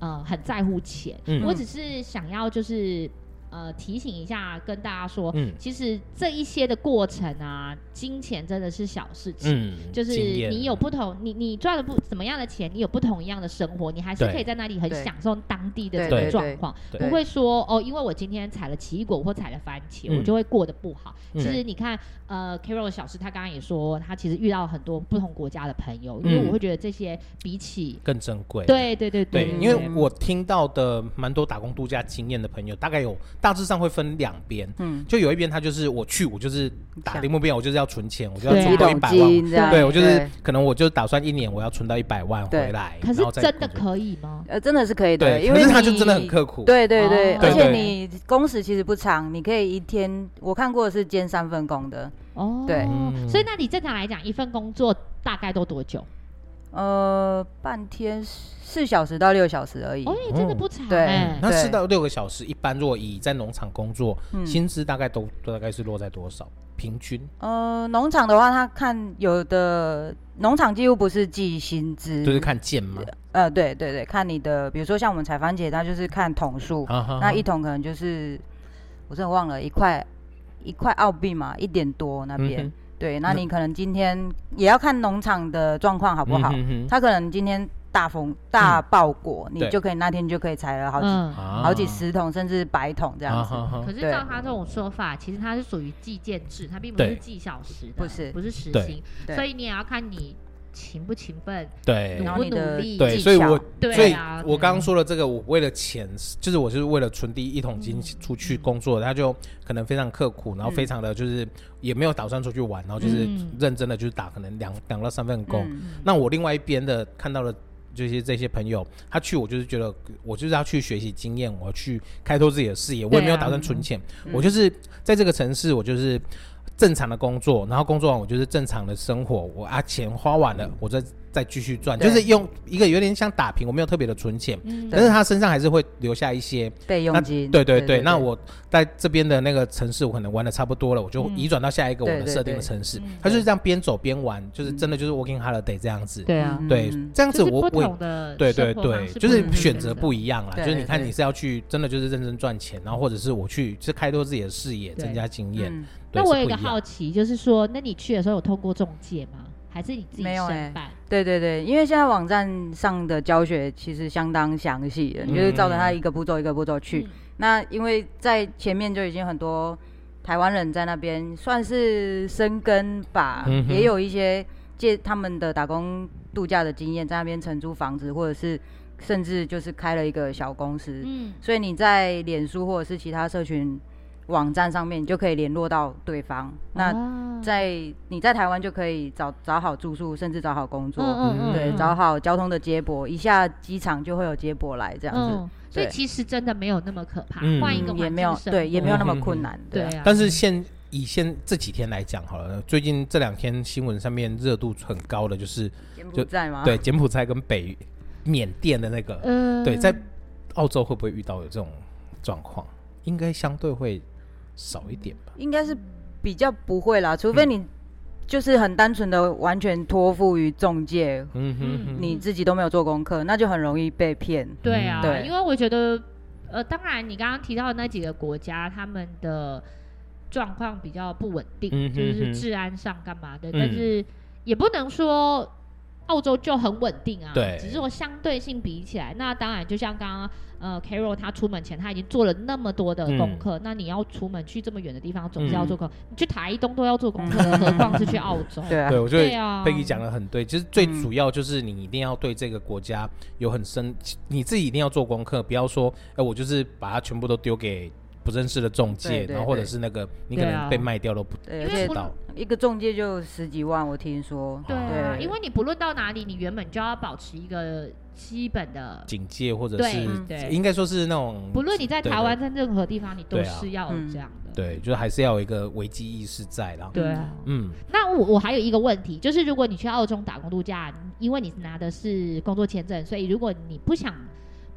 [SPEAKER 1] 呃，很在乎钱，
[SPEAKER 2] 嗯
[SPEAKER 1] 我只是想要就是呃提醒一下，跟大家说，
[SPEAKER 2] 嗯
[SPEAKER 1] 其实这一些的过程啊，金钱真的是小事情。
[SPEAKER 2] 嗯，
[SPEAKER 1] 就是
[SPEAKER 2] 经验
[SPEAKER 1] 你有不同，你你赚了不怎么样的钱，你有不同一样的生活，你还是
[SPEAKER 2] 对
[SPEAKER 1] 可以在那里很
[SPEAKER 3] 对
[SPEAKER 1] 享受当地的
[SPEAKER 3] 对
[SPEAKER 1] 这个
[SPEAKER 2] 对
[SPEAKER 1] 状
[SPEAKER 3] 对
[SPEAKER 1] 况，
[SPEAKER 2] 对
[SPEAKER 1] 不会说哦，因为我今天采了奇异果或采了番茄，
[SPEAKER 2] 嗯
[SPEAKER 1] 我就会过得不好。
[SPEAKER 2] 嗯
[SPEAKER 1] 其实你看，呃，Carol 小师他刚刚也说，他其实遇到很多不同国家的朋友，因为
[SPEAKER 2] 嗯
[SPEAKER 1] 我会觉得这些比起，
[SPEAKER 2] 更珍贵，
[SPEAKER 1] 对对对
[SPEAKER 2] 对，
[SPEAKER 1] 对
[SPEAKER 2] 因为我听到的蛮多打工度假经验的朋友，大概有大致上会分两边，
[SPEAKER 3] 嗯，
[SPEAKER 2] 就有一边他就是我去，我就是打定目标，我就是要存钱，我就要
[SPEAKER 1] 对
[SPEAKER 2] 存
[SPEAKER 3] 几
[SPEAKER 2] 到一
[SPEAKER 3] 桶
[SPEAKER 2] 百万。
[SPEAKER 3] 金这样，
[SPEAKER 2] 对，我就是可能我就打算一年我要存到一百万
[SPEAKER 3] 对
[SPEAKER 2] 回来，
[SPEAKER 1] 可是
[SPEAKER 2] 然后再
[SPEAKER 1] 真的
[SPEAKER 2] 工作
[SPEAKER 1] 可以吗？
[SPEAKER 3] 呃，真的是可以的，
[SPEAKER 2] 对，
[SPEAKER 3] 因
[SPEAKER 2] 可
[SPEAKER 3] 为
[SPEAKER 2] 是他
[SPEAKER 3] 你
[SPEAKER 2] 就真的很刻苦，
[SPEAKER 3] 对对对，
[SPEAKER 1] 哦
[SPEAKER 3] 而且
[SPEAKER 2] 对
[SPEAKER 3] 你工时其实不长，你可以一天，我看过的是兼三份工的，
[SPEAKER 1] 哦，
[SPEAKER 3] 对
[SPEAKER 2] 嗯
[SPEAKER 1] 所以那你正常来讲，一份工作大概都多久？
[SPEAKER 3] 呃，半天四小时到六小时而已
[SPEAKER 1] 哦，，也真的不长
[SPEAKER 3] 嗯对
[SPEAKER 1] 哎、
[SPEAKER 2] 那
[SPEAKER 3] 对
[SPEAKER 2] 四到六个小时，一般若以在农场工作，
[SPEAKER 3] 嗯，
[SPEAKER 2] 薪资大概都大概是落在多少？平均？
[SPEAKER 3] 呃，农场的话，他看有的农场几乎不是计薪资，
[SPEAKER 2] 就是看件嘛。
[SPEAKER 3] 呃，对对对，看你的，比如说像我们采番茄，它就是看桶数，
[SPEAKER 2] 啊哈
[SPEAKER 3] 那一桶可能就是我真的忘了一块一块澳币嘛，一点多那边。
[SPEAKER 2] 嗯哼
[SPEAKER 3] 对，那你可能今天也要看农场的状况好不好？
[SPEAKER 2] 嗯哼嗯
[SPEAKER 3] 他可能今天大风大爆果，
[SPEAKER 2] 对
[SPEAKER 3] 你就可以那天就可以采了好几、
[SPEAKER 1] 嗯
[SPEAKER 2] 哼。啊
[SPEAKER 3] 好几十桶甚至百桶这样子。
[SPEAKER 2] 啊哈哈
[SPEAKER 1] 可是
[SPEAKER 3] 对
[SPEAKER 1] 照他这种说法，其实它是属于计件制，它并不是
[SPEAKER 2] 对
[SPEAKER 1] 计小时的，
[SPEAKER 3] 不是
[SPEAKER 1] 不是时
[SPEAKER 2] 对
[SPEAKER 1] 薪，
[SPEAKER 3] 对
[SPEAKER 1] 所以你也要看你勤不勤奋，
[SPEAKER 2] 对
[SPEAKER 1] 努
[SPEAKER 3] 然
[SPEAKER 1] 不
[SPEAKER 3] 后你
[SPEAKER 1] 努
[SPEAKER 3] 的
[SPEAKER 1] 力，
[SPEAKER 2] 对，
[SPEAKER 3] 技
[SPEAKER 2] 所以我
[SPEAKER 3] 巧
[SPEAKER 2] 所
[SPEAKER 1] 对
[SPEAKER 2] 以
[SPEAKER 1] 啊，
[SPEAKER 2] 我刚刚说了这个，我为了钱，就是我是为了存第一桶金出去工作，他就可能非常刻苦，然后非常的就是也没有打算出去玩，然后就是
[SPEAKER 1] 嗯
[SPEAKER 2] 认真的就是打可能两两到三份工。
[SPEAKER 3] 嗯
[SPEAKER 2] 那我另外一边的看到的就是这些朋友，他去我就是觉得我就是要去学习经验，我要去开拓自己的视野，我也没有打算存钱，
[SPEAKER 3] 嗯
[SPEAKER 2] 我就是在这个城市，我就是正常的工作，然后工作完我就是正常的生活，我啊钱花完了，我再再继续赚，
[SPEAKER 3] 嗯对
[SPEAKER 2] 就是用一个有点像打平，我没有特别的存钱，
[SPEAKER 1] 嗯
[SPEAKER 2] 但是他身上还是会留下一些
[SPEAKER 3] 备
[SPEAKER 2] 那
[SPEAKER 3] 用金，
[SPEAKER 2] 对对对，那我在这边的那个城市，我可能玩的差不多了，我就移转到下一个我
[SPEAKER 3] 嗯对
[SPEAKER 2] 的
[SPEAKER 3] 对
[SPEAKER 2] 设定的
[SPEAKER 3] 对
[SPEAKER 2] 城市
[SPEAKER 1] 嗯。
[SPEAKER 2] 他就是这样边走边玩，就是真的就是 working holiday 这样子。
[SPEAKER 1] 对啊，
[SPEAKER 2] 对
[SPEAKER 3] 嗯，
[SPEAKER 2] 这样子
[SPEAKER 1] 就是
[SPEAKER 2] 我
[SPEAKER 1] 不
[SPEAKER 2] 我也
[SPEAKER 1] 同的
[SPEAKER 2] 对对
[SPEAKER 1] 生活方
[SPEAKER 2] 对，
[SPEAKER 1] 式
[SPEAKER 2] 就
[SPEAKER 1] 不
[SPEAKER 2] 是
[SPEAKER 1] 同的
[SPEAKER 2] 选择不一样啦。就
[SPEAKER 3] 对
[SPEAKER 2] 是你看
[SPEAKER 3] 对
[SPEAKER 2] 你是要去真的就是认真赚钱，然后或者是我去是开拓自己的视野，
[SPEAKER 1] 对
[SPEAKER 2] 增加经验。
[SPEAKER 3] 嗯
[SPEAKER 2] 对
[SPEAKER 1] 那我
[SPEAKER 2] 是
[SPEAKER 1] 有一
[SPEAKER 2] 不
[SPEAKER 1] 个
[SPEAKER 2] 一样
[SPEAKER 1] 好奇，就是说，那你去的时候有通过中介吗？还是你自己
[SPEAKER 3] 没有欸
[SPEAKER 1] 申办？
[SPEAKER 3] 对对对，因为现在网站上的教学其实相当详细
[SPEAKER 2] 嗯
[SPEAKER 3] 的，你就是照着它一个步骤一个步骤去。
[SPEAKER 1] 嗯
[SPEAKER 3] 那因为在前面就已经很多台湾人在那边算是生根吧，
[SPEAKER 2] 嗯哼
[SPEAKER 3] 也有一些借他们的打工度假的经验，在那边承租房子，或者是甚至就是开了一个小公司。
[SPEAKER 1] 嗯，
[SPEAKER 3] 所以你在脸书或者是其他社群网站上面，你就可以联络到对
[SPEAKER 2] 哦
[SPEAKER 3] 方。那
[SPEAKER 1] 那
[SPEAKER 3] 在你在台湾就可以找找好住宿，甚至找好工作。
[SPEAKER 2] 嗯
[SPEAKER 3] 对，找好交通的接驳，一下机场就会有接驳来这样子。
[SPEAKER 1] 嗯，所以
[SPEAKER 3] 对
[SPEAKER 1] 其实真的没有那么可怕，
[SPEAKER 2] 嗯
[SPEAKER 1] 换一个
[SPEAKER 3] 也
[SPEAKER 1] 环
[SPEAKER 3] 没
[SPEAKER 1] 境
[SPEAKER 3] 有
[SPEAKER 1] 生
[SPEAKER 3] 对，也没有那么
[SPEAKER 2] 嗯
[SPEAKER 3] 困
[SPEAKER 2] 嗯
[SPEAKER 3] 难。
[SPEAKER 1] 对
[SPEAKER 3] 啊，
[SPEAKER 1] 啊，
[SPEAKER 2] 但是现以现这几天来讲好了，最近这两天新闻上面热度很高的就是
[SPEAKER 3] 柬
[SPEAKER 2] 就
[SPEAKER 3] 埔寨
[SPEAKER 1] 啊
[SPEAKER 3] 吗？
[SPEAKER 2] 对柬埔寨跟北缅甸的那个，
[SPEAKER 1] 呃，
[SPEAKER 2] 对，在澳洲会不会遇到有这种状况？应该相对会少一点吧。
[SPEAKER 3] 应该是比较不会啦，除非你就是很单纯的完全托付于中介，
[SPEAKER 2] 嗯哼哼，
[SPEAKER 3] 你自己都没有做功课，那就很容易被骗。
[SPEAKER 1] 对啊，
[SPEAKER 2] 嗯
[SPEAKER 3] 对
[SPEAKER 1] 因为我觉得，呃，当然你刚刚提到的那几个国家，他们的状况比较不稳定，
[SPEAKER 2] 嗯哼
[SPEAKER 1] 就是
[SPEAKER 2] 哼
[SPEAKER 1] 治安上干嘛的，
[SPEAKER 2] 嗯
[SPEAKER 1] 但是也不能说。澳洲就很稳定啊，
[SPEAKER 2] 对
[SPEAKER 1] 只是我相对性比起来，那当然就像刚刚呃 Carol 他出门前他已经做了那么多的功课，
[SPEAKER 2] 嗯
[SPEAKER 1] 那你要出门去这么远的地方，总是要做功课，你去台东都要做功课了，何况是去澳洲？
[SPEAKER 3] 对 啊
[SPEAKER 2] 对，，我觉得
[SPEAKER 1] 啊，
[SPEAKER 2] 佩奇讲的很对，其实最
[SPEAKER 3] 嗯
[SPEAKER 2] 主要就是你一定要对这个国家有很深，你自己一定要做功课，不要说，哎、我就是把它全部都丢给不认识的中介，
[SPEAKER 3] 对对
[SPEAKER 2] 然后或者
[SPEAKER 3] 对
[SPEAKER 2] 是那个你可
[SPEAKER 1] 对
[SPEAKER 2] 能
[SPEAKER 1] 啊
[SPEAKER 2] 被卖掉都不
[SPEAKER 3] 对，
[SPEAKER 1] 因
[SPEAKER 3] 而
[SPEAKER 1] 为
[SPEAKER 3] 且
[SPEAKER 2] 知道。
[SPEAKER 3] 一个中介就十几万，我听说。
[SPEAKER 1] 对啊，
[SPEAKER 3] 对
[SPEAKER 1] 因为你不论到哪里，你原本就要保持一个基本的
[SPEAKER 2] 警戒或者
[SPEAKER 1] 对
[SPEAKER 2] 是
[SPEAKER 1] 嗯对
[SPEAKER 2] 应该说是那种
[SPEAKER 1] 不论你在
[SPEAKER 2] 对
[SPEAKER 1] 台
[SPEAKER 2] 对
[SPEAKER 1] 湾在任何地方，你都
[SPEAKER 2] 对啊嗯
[SPEAKER 1] 是要有这样的。
[SPEAKER 2] 对，就是还是要有一个危机意识在啦。
[SPEAKER 1] 对啊。
[SPEAKER 2] 嗯，
[SPEAKER 1] 那我我还有一个问题，就是如果你去澳洲打工度假，因为你拿的是工作签证，所以如果你不想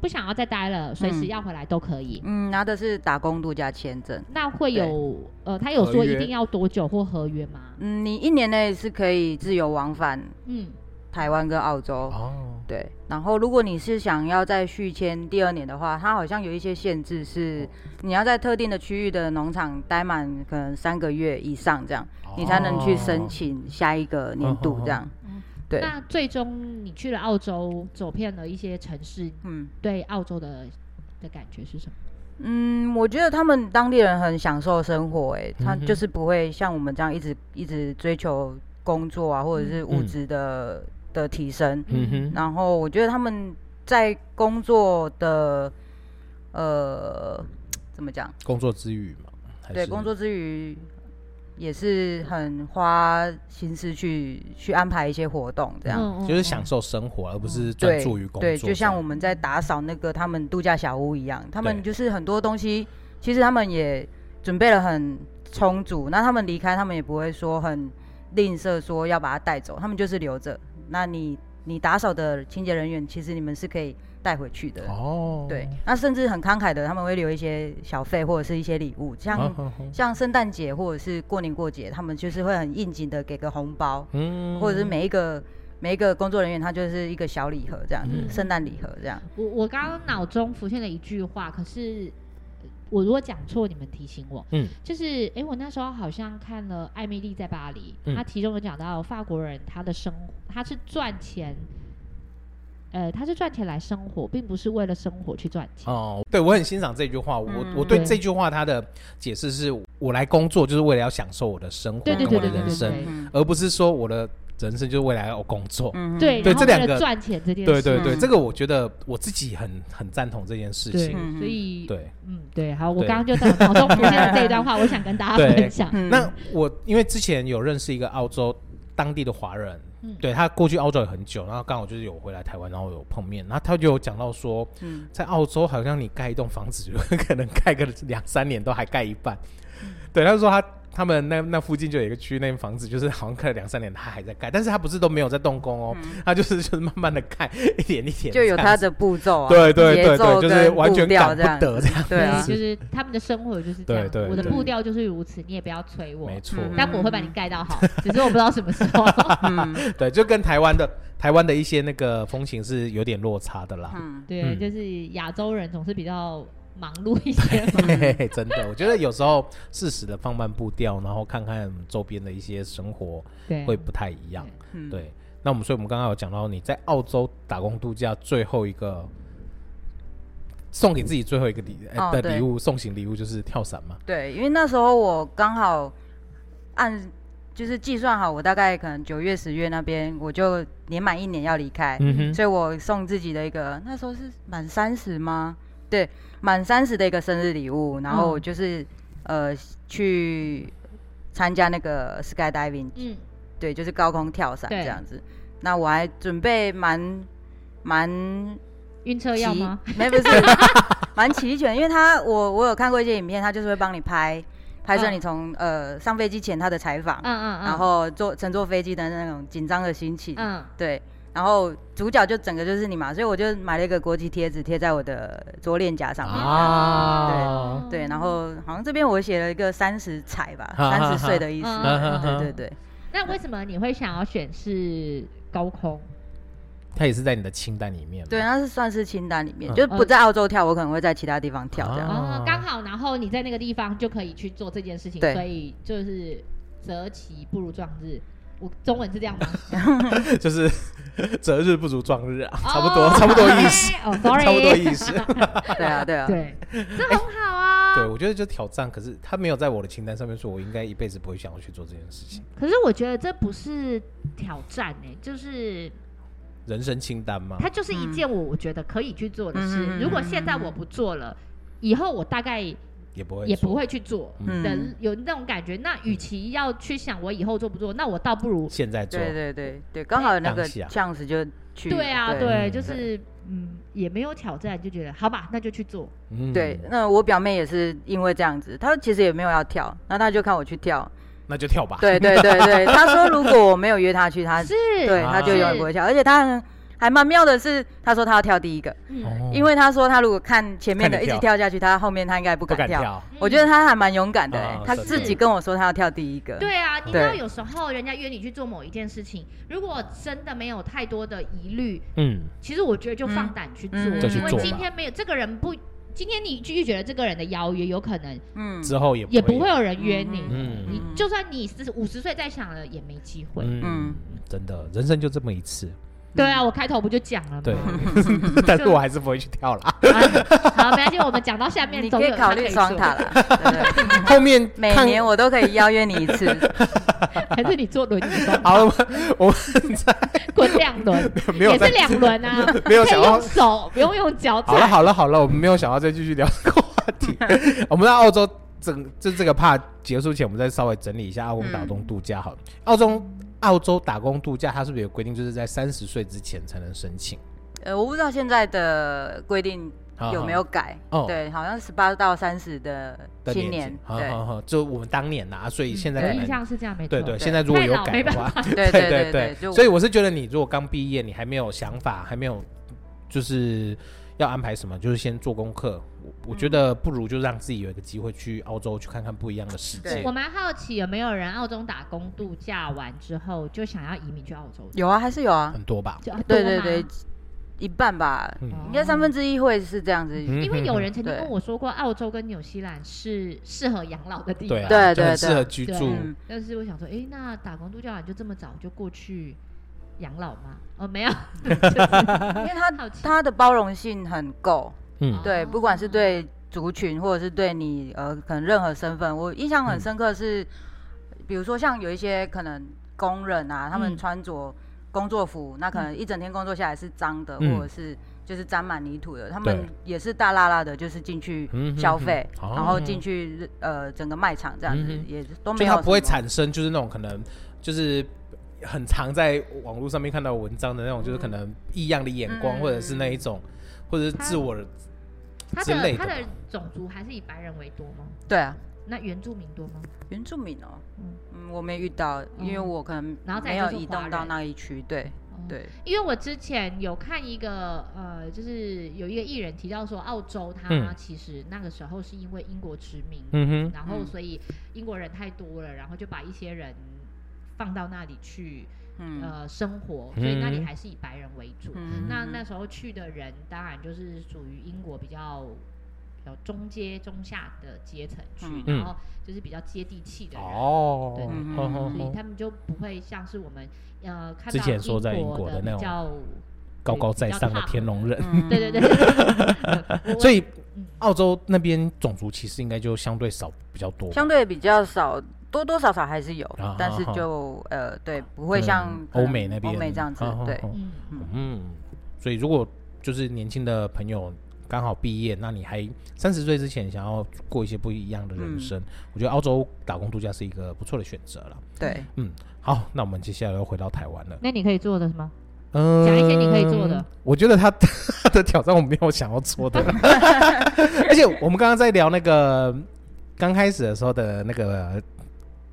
[SPEAKER 1] 不想要再待了，随时要回来都可以。
[SPEAKER 3] 嗯，拿的是打工度假签证。
[SPEAKER 1] 那会有呃，他
[SPEAKER 2] 合
[SPEAKER 1] 有说
[SPEAKER 2] 约
[SPEAKER 1] 一定要多久或合约吗？
[SPEAKER 3] 嗯，你一年内是可以自由往返
[SPEAKER 1] 嗯，
[SPEAKER 3] 台湾跟澳洲。
[SPEAKER 2] 哦，
[SPEAKER 3] 对，然后如果你是想要再续签第二年的话，它好像有一些限制
[SPEAKER 2] 哦
[SPEAKER 3] 是，你要在特定的区域的农场待满可能三个月以上这样，
[SPEAKER 2] 哦
[SPEAKER 3] 你才能去申请下一个年度这样
[SPEAKER 1] 嗯。
[SPEAKER 3] 对，
[SPEAKER 1] 那最终你去了澳洲，走遍了一些城市，
[SPEAKER 3] 嗯
[SPEAKER 1] 对澳洲的的感觉是什么？
[SPEAKER 3] 嗯，我觉得他们当地人很享受生活、欸，他
[SPEAKER 2] 嗯哼
[SPEAKER 3] 就是不会像我们这样一直一直追求工作啊，或者是物
[SPEAKER 2] 嗯
[SPEAKER 3] 质的、的提升。
[SPEAKER 2] 嗯哼，
[SPEAKER 3] 然后我觉得他们在工作的呃怎么讲？
[SPEAKER 2] 工作之余嘛，还
[SPEAKER 3] 对，
[SPEAKER 2] 是
[SPEAKER 3] 工作之余也是很花心思去去安排一些活动，这样。
[SPEAKER 1] 嗯
[SPEAKER 2] 就是享受生活，而不是专
[SPEAKER 3] 对
[SPEAKER 2] 注于工作这
[SPEAKER 3] 对，
[SPEAKER 2] 样。
[SPEAKER 3] 就像我们在打扫那个他们度假小屋一样，他
[SPEAKER 2] 对
[SPEAKER 3] 们就是很多东西，其实他们也准备了很充足。那他们离开，他们也不会说很吝啬，说要把它带走，他们就是留着。那你你打扫的清洁人员，其实你们是可以带回去的。
[SPEAKER 2] 哦，
[SPEAKER 3] 对，那甚至很慷慨的，他们会留一些小费或者是一些礼物，像、
[SPEAKER 2] 啊哈哈
[SPEAKER 3] 像圣诞节或者是过年过节，他们就是会很应景的给个红包，
[SPEAKER 2] 嗯，
[SPEAKER 3] 或者是每一个每一个工作人员他就是一个小礼盒这样，
[SPEAKER 2] 嗯
[SPEAKER 3] 圣诞礼盒这样。
[SPEAKER 1] 我我刚刚脑中浮现了一句话，可是呃我如果讲错，你们提醒我。
[SPEAKER 2] 嗯，
[SPEAKER 1] 就是诶，我那时候好像看了《艾米丽在巴黎》
[SPEAKER 2] 嗯
[SPEAKER 1] 她其中有讲到法国人他的生，他是赚钱，呃，他是赚钱来生活，并不是为了生活去赚钱。
[SPEAKER 2] 哦，对我很欣赏这句话，我、
[SPEAKER 3] 嗯
[SPEAKER 2] 我对
[SPEAKER 1] 对
[SPEAKER 2] 这句话它的解释是，我来工作就是为了要享受我的生活
[SPEAKER 1] 对
[SPEAKER 2] 跟
[SPEAKER 1] 对对
[SPEAKER 2] 我的
[SPEAKER 1] 对对
[SPEAKER 2] 人
[SPEAKER 1] 对
[SPEAKER 2] 生，
[SPEAKER 1] 对，
[SPEAKER 3] 嗯
[SPEAKER 2] 而不是说我的人生就是未来要工作。
[SPEAKER 3] 嗯哼
[SPEAKER 1] 对，
[SPEAKER 2] 对
[SPEAKER 1] 然后
[SPEAKER 2] 这两
[SPEAKER 1] 为了
[SPEAKER 2] 个
[SPEAKER 1] 赚钱这件
[SPEAKER 2] 对
[SPEAKER 1] 事，
[SPEAKER 2] 对
[SPEAKER 3] 是
[SPEAKER 2] 对，这个我觉得我自己很很赞同这件事
[SPEAKER 1] 对
[SPEAKER 2] 情。
[SPEAKER 3] 嗯
[SPEAKER 1] 所以
[SPEAKER 2] 对
[SPEAKER 1] 嗯，对，好，我
[SPEAKER 2] 对
[SPEAKER 1] 刚刚就脑脑中浮现了这一段话，我想跟大家
[SPEAKER 2] 对
[SPEAKER 1] 分享。
[SPEAKER 3] 嗯
[SPEAKER 2] 那我因为之前有认识一个澳洲当地的华人，
[SPEAKER 1] 嗯
[SPEAKER 2] 对他过去澳洲也很久，然后刚好就是有回来台湾，然后有碰面，然后他就有讲到说，
[SPEAKER 3] 嗯
[SPEAKER 2] 在澳洲好像你盖一栋房子，就可能盖个两三年都还盖一半。对，他就说他他们那那附近就有一个区，那间房子就是好像盖了两三年，他还在盖，但是他不是都没有在动工哦，他就是就是慢慢的盖，一点一点
[SPEAKER 3] 就有
[SPEAKER 2] 这样
[SPEAKER 3] 他
[SPEAKER 2] 子。
[SPEAKER 3] 的步骤啊，
[SPEAKER 2] 对对
[SPEAKER 3] 节
[SPEAKER 2] 对
[SPEAKER 3] 奏
[SPEAKER 2] 对，就是
[SPEAKER 3] 跟
[SPEAKER 2] 完
[SPEAKER 3] 步
[SPEAKER 2] 全
[SPEAKER 3] 调
[SPEAKER 2] 赶
[SPEAKER 3] 这
[SPEAKER 2] 不
[SPEAKER 3] 样
[SPEAKER 2] 得这样。
[SPEAKER 3] 对啊，
[SPEAKER 1] 就是他们的生活就是这样
[SPEAKER 2] 对，对
[SPEAKER 1] 我的
[SPEAKER 2] 对
[SPEAKER 1] 步调就是如此，你也不要催我。
[SPEAKER 2] 没错，
[SPEAKER 3] 嗯
[SPEAKER 1] 但我会把你盖到好，只是我不知道什么时 候。
[SPEAKER 3] 嗯
[SPEAKER 2] 对，就跟台湾的台湾的一些那个风情是有点落差的啦。
[SPEAKER 3] 嗯，
[SPEAKER 1] 对，
[SPEAKER 2] 嗯
[SPEAKER 1] 就是亚洲人总是比较忙碌一 些嘛。
[SPEAKER 2] 嘿嘿，真的，我觉得有时候适时的放慢步调，然后看看周边的一些生活
[SPEAKER 1] 对，
[SPEAKER 2] 会不太一样。
[SPEAKER 3] 嗯，
[SPEAKER 2] 对，那我们所以我们刚刚有讲到你在澳洲打工度假最后一个送给自己最后一个礼、呃
[SPEAKER 3] 哦
[SPEAKER 2] 的
[SPEAKER 3] 对
[SPEAKER 2] 礼物送行礼物就是跳伞嘛。
[SPEAKER 3] 对，因为那时候我刚好按就是计算好，我大概可能九月、十月那边我就年满一年要离开，
[SPEAKER 2] 嗯哼，
[SPEAKER 3] 所以我送自己的一个那时候是满三十吗？对，满三十的一个生日礼物，然后我
[SPEAKER 1] 嗯
[SPEAKER 3] 就是、呃去参加那个 skydiving，
[SPEAKER 1] 嗯，
[SPEAKER 3] 对，就是高空跳伞
[SPEAKER 1] 对
[SPEAKER 3] 这样子。那我还准备蛮蛮
[SPEAKER 1] 晕车药
[SPEAKER 3] 齐
[SPEAKER 1] 吗？，
[SPEAKER 3] 没不是蛮齐全，因为他我我有看过一些影片，他就是会帮你拍拍摄
[SPEAKER 1] 嗯
[SPEAKER 3] 你从、呃上飞机前他的采访，
[SPEAKER 1] 嗯嗯嗯。
[SPEAKER 3] 然后坐乘坐飞机的那种紧张的心情，
[SPEAKER 1] 嗯，
[SPEAKER 3] 对，然后主角就整个就是你嘛，所以我就买了一个国旗贴纸贴在我的左脸颊上面。
[SPEAKER 2] 啊，
[SPEAKER 3] 对，然后好像这边我写了一个三十彩吧，
[SPEAKER 2] 哈哈
[SPEAKER 3] 三
[SPEAKER 2] 哈
[SPEAKER 3] 十岁的意思。
[SPEAKER 1] 嗯嗯
[SPEAKER 3] 对
[SPEAKER 2] 嗯
[SPEAKER 3] 对对，
[SPEAKER 1] 那为什么你会想要选是高空？
[SPEAKER 2] 它也是在你的清单里面嘛。
[SPEAKER 3] 对，啊那是算是清单里面，
[SPEAKER 2] 嗯
[SPEAKER 3] 就是不在澳洲跳，我可能会在其他地方跳这样。
[SPEAKER 1] 哦
[SPEAKER 2] 啊，
[SPEAKER 1] 刚好，然后你在那个地方就可以去做这件事情，
[SPEAKER 3] 对
[SPEAKER 1] 所以就是择其不如撞日。我中文是这样吗？
[SPEAKER 2] 就是 择日不如撞日啊，差不多，差不多意 思，。
[SPEAKER 1] 哦
[SPEAKER 2] 差不多
[SPEAKER 1] ，sorry，
[SPEAKER 2] 意思。
[SPEAKER 3] 对啊，对啊，
[SPEAKER 1] 对，这很好啊。
[SPEAKER 2] 哎对，我觉得就挑战，可是他没有在我的清单上面说，我应该一辈子不会想要去做这件事情。
[SPEAKER 1] 可是我觉得这不是挑战哎、就是
[SPEAKER 2] 人生清单 嘛，
[SPEAKER 1] 它就是一件我我觉得可以去做的事。
[SPEAKER 3] 嗯
[SPEAKER 1] 如果现在我不做了，以后我大概也
[SPEAKER 2] 也不会，
[SPEAKER 1] 不，会去做
[SPEAKER 3] 嗯
[SPEAKER 1] 的，有那种感觉。那与其要去想我以后做不做，那我倒不如
[SPEAKER 2] 现在做。
[SPEAKER 3] 对对对对，刚好那个
[SPEAKER 2] 当下
[SPEAKER 3] chance 就去。
[SPEAKER 1] 对啊，对，
[SPEAKER 2] 对
[SPEAKER 1] 就
[SPEAKER 2] 嗯
[SPEAKER 1] 是嗯，也没有挑战，就觉得好吧，那就去做。
[SPEAKER 2] 嗯
[SPEAKER 3] 对，那我表妹也是因为这样子，她其实也没有要跳，那她就看我去跳。
[SPEAKER 2] 那就跳吧。
[SPEAKER 3] 对对对对，她说如果我没有约她去，她
[SPEAKER 1] 是，
[SPEAKER 3] 对
[SPEAKER 2] 啊
[SPEAKER 3] 她就永远不会跳，而且她还蛮妙的是，她说她要跳第一个，
[SPEAKER 1] 嗯，
[SPEAKER 2] 哦，
[SPEAKER 3] 因为她说她如果看前面的
[SPEAKER 2] 看
[SPEAKER 3] 一
[SPEAKER 2] 你跳
[SPEAKER 3] 直跳下去，她后面她应该不
[SPEAKER 2] 不敢
[SPEAKER 3] 敢跳。
[SPEAKER 2] 跳，
[SPEAKER 3] 我觉得她还蛮勇敢的、
[SPEAKER 2] 啊
[SPEAKER 3] 欸，她
[SPEAKER 2] 真
[SPEAKER 3] 自
[SPEAKER 1] 的
[SPEAKER 3] 己跟我说她要跳第一个。
[SPEAKER 1] 对啊，你知
[SPEAKER 3] 对
[SPEAKER 1] 道有时候人家约你去做某一件事情，如果真的没有太多的疑虑，
[SPEAKER 2] 嗯，
[SPEAKER 1] 其实我觉得就放胆去做，
[SPEAKER 3] 嗯嗯就去
[SPEAKER 1] 因为
[SPEAKER 2] 做
[SPEAKER 1] 今
[SPEAKER 2] 吧
[SPEAKER 1] 天没有这个人不，今天你拒绝了这个人的邀约，有可能
[SPEAKER 3] 嗯，
[SPEAKER 2] 之后也
[SPEAKER 1] 也不会，有人约你。
[SPEAKER 2] 嗯
[SPEAKER 1] 你
[SPEAKER 3] 嗯
[SPEAKER 1] 就算你是五十岁再想了，也没机会。
[SPEAKER 2] 嗯，真的，人生就这么一次，
[SPEAKER 1] 对啊，我开头不就讲了吗？
[SPEAKER 2] 对，但是我还是不会去跳啦。
[SPEAKER 1] 啊好，没关系，我们讲到下面
[SPEAKER 3] 你
[SPEAKER 1] 总
[SPEAKER 3] 可以
[SPEAKER 1] 有
[SPEAKER 3] 考
[SPEAKER 1] 他
[SPEAKER 3] 虑
[SPEAKER 1] 说
[SPEAKER 3] 双塔，啦，对不对？
[SPEAKER 2] 后面
[SPEAKER 3] 每
[SPEAKER 2] 看
[SPEAKER 3] 年我都可以邀约你一次。
[SPEAKER 1] 还是你坐轮椅 双塔
[SPEAKER 2] 好了吗，
[SPEAKER 1] 滚两轮，
[SPEAKER 2] 没有
[SPEAKER 1] 也
[SPEAKER 2] 在
[SPEAKER 1] 是两轮啊，
[SPEAKER 2] 没有
[SPEAKER 1] 可以
[SPEAKER 2] 想要
[SPEAKER 1] 用。手，不用用脚
[SPEAKER 2] 好了
[SPEAKER 1] 踩。
[SPEAKER 2] 好了好了，我们没有想要再继续聊这个话题。我们在澳洲整就这个怕结束前，我们再稍微整理一下澳工打工度假好了。澳洲澳洲打工度假，它是不是有规定，就是在三十岁之前才能申请？
[SPEAKER 3] 呃，我不知道现在的规定
[SPEAKER 2] 好
[SPEAKER 3] 有
[SPEAKER 2] 好
[SPEAKER 3] 没有改？
[SPEAKER 2] 哦
[SPEAKER 3] 对，好像十八到三十的
[SPEAKER 2] 的
[SPEAKER 3] 青
[SPEAKER 2] 年
[SPEAKER 3] 年
[SPEAKER 2] 纪，好好好，就我们当年呐、啊，所以现在
[SPEAKER 1] 我
[SPEAKER 2] 可
[SPEAKER 1] 印
[SPEAKER 2] 能
[SPEAKER 1] 象是这样，没错。
[SPEAKER 2] 对对，
[SPEAKER 3] 对
[SPEAKER 2] 现在如果
[SPEAKER 1] 太
[SPEAKER 2] 有
[SPEAKER 1] 老
[SPEAKER 2] 改
[SPEAKER 1] 没
[SPEAKER 2] 的
[SPEAKER 1] 办
[SPEAKER 2] 话，
[SPEAKER 3] 对对对
[SPEAKER 2] 对
[SPEAKER 3] 对，就
[SPEAKER 2] 所以我是觉得你如果刚毕业，你还没有想法，还没有就是要安排什么，就是先做功课。我
[SPEAKER 3] 嗯
[SPEAKER 2] 我觉得不如就让自己有一个机会去澳洲去看看不一样的世
[SPEAKER 3] 对
[SPEAKER 2] 界
[SPEAKER 1] 我。蛮好奇有没有人澳洲打工度假完之后就想要移民去澳洲的？
[SPEAKER 3] 有啊，还是有啊，
[SPEAKER 2] 很多吧，
[SPEAKER 1] 就啊
[SPEAKER 3] 对
[SPEAKER 1] 多
[SPEAKER 3] 对
[SPEAKER 1] 吗
[SPEAKER 3] 对，一半吧，
[SPEAKER 2] 嗯
[SPEAKER 1] 哦
[SPEAKER 3] 应该三分之一会是这样子。
[SPEAKER 2] 嗯
[SPEAKER 1] 因为有人曾经
[SPEAKER 3] 对
[SPEAKER 1] 跟我说过，澳洲跟纽西兰是适合养老的地
[SPEAKER 2] 对
[SPEAKER 1] 方。
[SPEAKER 2] 啊，
[SPEAKER 3] 对对
[SPEAKER 2] 就很
[SPEAKER 3] 对
[SPEAKER 2] 适合居
[SPEAKER 1] 对
[SPEAKER 2] 住。
[SPEAKER 3] 嗯
[SPEAKER 1] 但是我想说，诶，那打工度假完就这么早就过去养老吗？哦，没有， 就是
[SPEAKER 3] 因为他
[SPEAKER 1] 好奇
[SPEAKER 3] 他的包容性很够，
[SPEAKER 2] 嗯
[SPEAKER 3] 对，
[SPEAKER 1] 哦
[SPEAKER 3] 不管是对族群或者是对
[SPEAKER 2] 嗯
[SPEAKER 3] 你呃，可能任何身份，我印象很深刻是，比如说像有一些可能工人啊，他们
[SPEAKER 1] 嗯
[SPEAKER 3] 穿着工作服，那可能一整天工作下来是脏的，
[SPEAKER 2] 嗯
[SPEAKER 3] 或者是就是沾满泥土的，他们
[SPEAKER 2] 对
[SPEAKER 3] 也是大拉拉的，就是进去
[SPEAKER 2] 嗯哼
[SPEAKER 3] 消费，
[SPEAKER 2] 哼
[SPEAKER 3] 然后
[SPEAKER 2] 哦
[SPEAKER 3] 进去呃整个卖场这样子，
[SPEAKER 2] 嗯哼
[SPEAKER 3] 也都
[SPEAKER 2] 就
[SPEAKER 3] 没有
[SPEAKER 2] 它不会
[SPEAKER 3] 什么
[SPEAKER 2] 产生就是那种可能就是很常在网络上面看到文章的那种，就是可能异样的眼光，
[SPEAKER 3] 嗯
[SPEAKER 2] 或者是那一种，或者是自我的
[SPEAKER 1] 他
[SPEAKER 2] 之类
[SPEAKER 1] 的
[SPEAKER 2] 的
[SPEAKER 1] 他的
[SPEAKER 2] 吧
[SPEAKER 1] 种族还是以白人为多吗？
[SPEAKER 3] 对啊，
[SPEAKER 1] 那原住民多吗？
[SPEAKER 3] 原住民哦、
[SPEAKER 1] 嗯
[SPEAKER 3] 嗯，我没遇到，因为
[SPEAKER 1] 嗯
[SPEAKER 3] 我可能
[SPEAKER 1] 然后再
[SPEAKER 3] 没
[SPEAKER 1] 就
[SPEAKER 3] 有
[SPEAKER 1] 是
[SPEAKER 3] 移
[SPEAKER 1] 华
[SPEAKER 3] 动到
[SPEAKER 1] 人
[SPEAKER 3] 那一区，对
[SPEAKER 1] 哦，
[SPEAKER 3] 对，
[SPEAKER 1] 因为我之前有看一个呃，就是有一个艺人提到说，澳洲它
[SPEAKER 2] 嗯
[SPEAKER 1] 其实那个时候是因为英国殖民，
[SPEAKER 2] 嗯
[SPEAKER 1] 然后
[SPEAKER 3] 嗯
[SPEAKER 1] 所以英国人太多了，然后就把一些人放到那里去、
[SPEAKER 3] 嗯
[SPEAKER 1] 呃生活，所以那里
[SPEAKER 2] 嗯
[SPEAKER 1] 还是以白人为主。
[SPEAKER 3] 嗯
[SPEAKER 1] 那那时候去的人当然就是属于英国比较。比较中阶、中下的阶层去，
[SPEAKER 2] 嗯
[SPEAKER 1] 然后就是比较接地气的
[SPEAKER 2] 哼，
[SPEAKER 1] 人，
[SPEAKER 2] 哦
[SPEAKER 1] 对，
[SPEAKER 3] 嗯
[SPEAKER 2] 哦
[SPEAKER 1] 所以
[SPEAKER 2] 哦哦
[SPEAKER 1] 他们就不会像是我们呃看到
[SPEAKER 2] 之前说在英
[SPEAKER 1] 国
[SPEAKER 2] 国的那种
[SPEAKER 1] 比较
[SPEAKER 2] 高高在上的天龙人，
[SPEAKER 3] 嗯
[SPEAKER 1] 对对 对，对
[SPEAKER 2] 所以
[SPEAKER 1] 嗯
[SPEAKER 2] 澳洲那边种族歧视应该就相对少比较多吧，
[SPEAKER 3] 相对比较少，多多少少还是有，
[SPEAKER 2] 啊
[SPEAKER 3] 但
[SPEAKER 2] 啊
[SPEAKER 3] 是
[SPEAKER 2] 啊
[SPEAKER 3] 就呃，对，
[SPEAKER 1] 啊
[SPEAKER 3] 不会
[SPEAKER 2] 可能
[SPEAKER 3] 像可
[SPEAKER 2] 嗯欧
[SPEAKER 3] 能
[SPEAKER 2] 美那边
[SPEAKER 3] 欧美这样子
[SPEAKER 2] 哦哦，
[SPEAKER 3] 对，
[SPEAKER 2] 哦
[SPEAKER 1] 嗯，
[SPEAKER 2] 嗯，所以如果就是年轻的朋友刚好毕业，那你还三十岁之前想要过一些不一样的人
[SPEAKER 3] 嗯
[SPEAKER 2] 生，我觉得澳洲打工度假是一个不错的选择了。
[SPEAKER 3] 对，
[SPEAKER 2] 嗯，好，那我们接下来要回到台湾了。
[SPEAKER 1] 那你可以做的是吗？
[SPEAKER 2] 嗯，
[SPEAKER 1] 讲一些你可以做的。
[SPEAKER 2] 我觉得他 他的挑战我没有想要做 的，而且我们刚刚在聊那个刚开始的时候的那个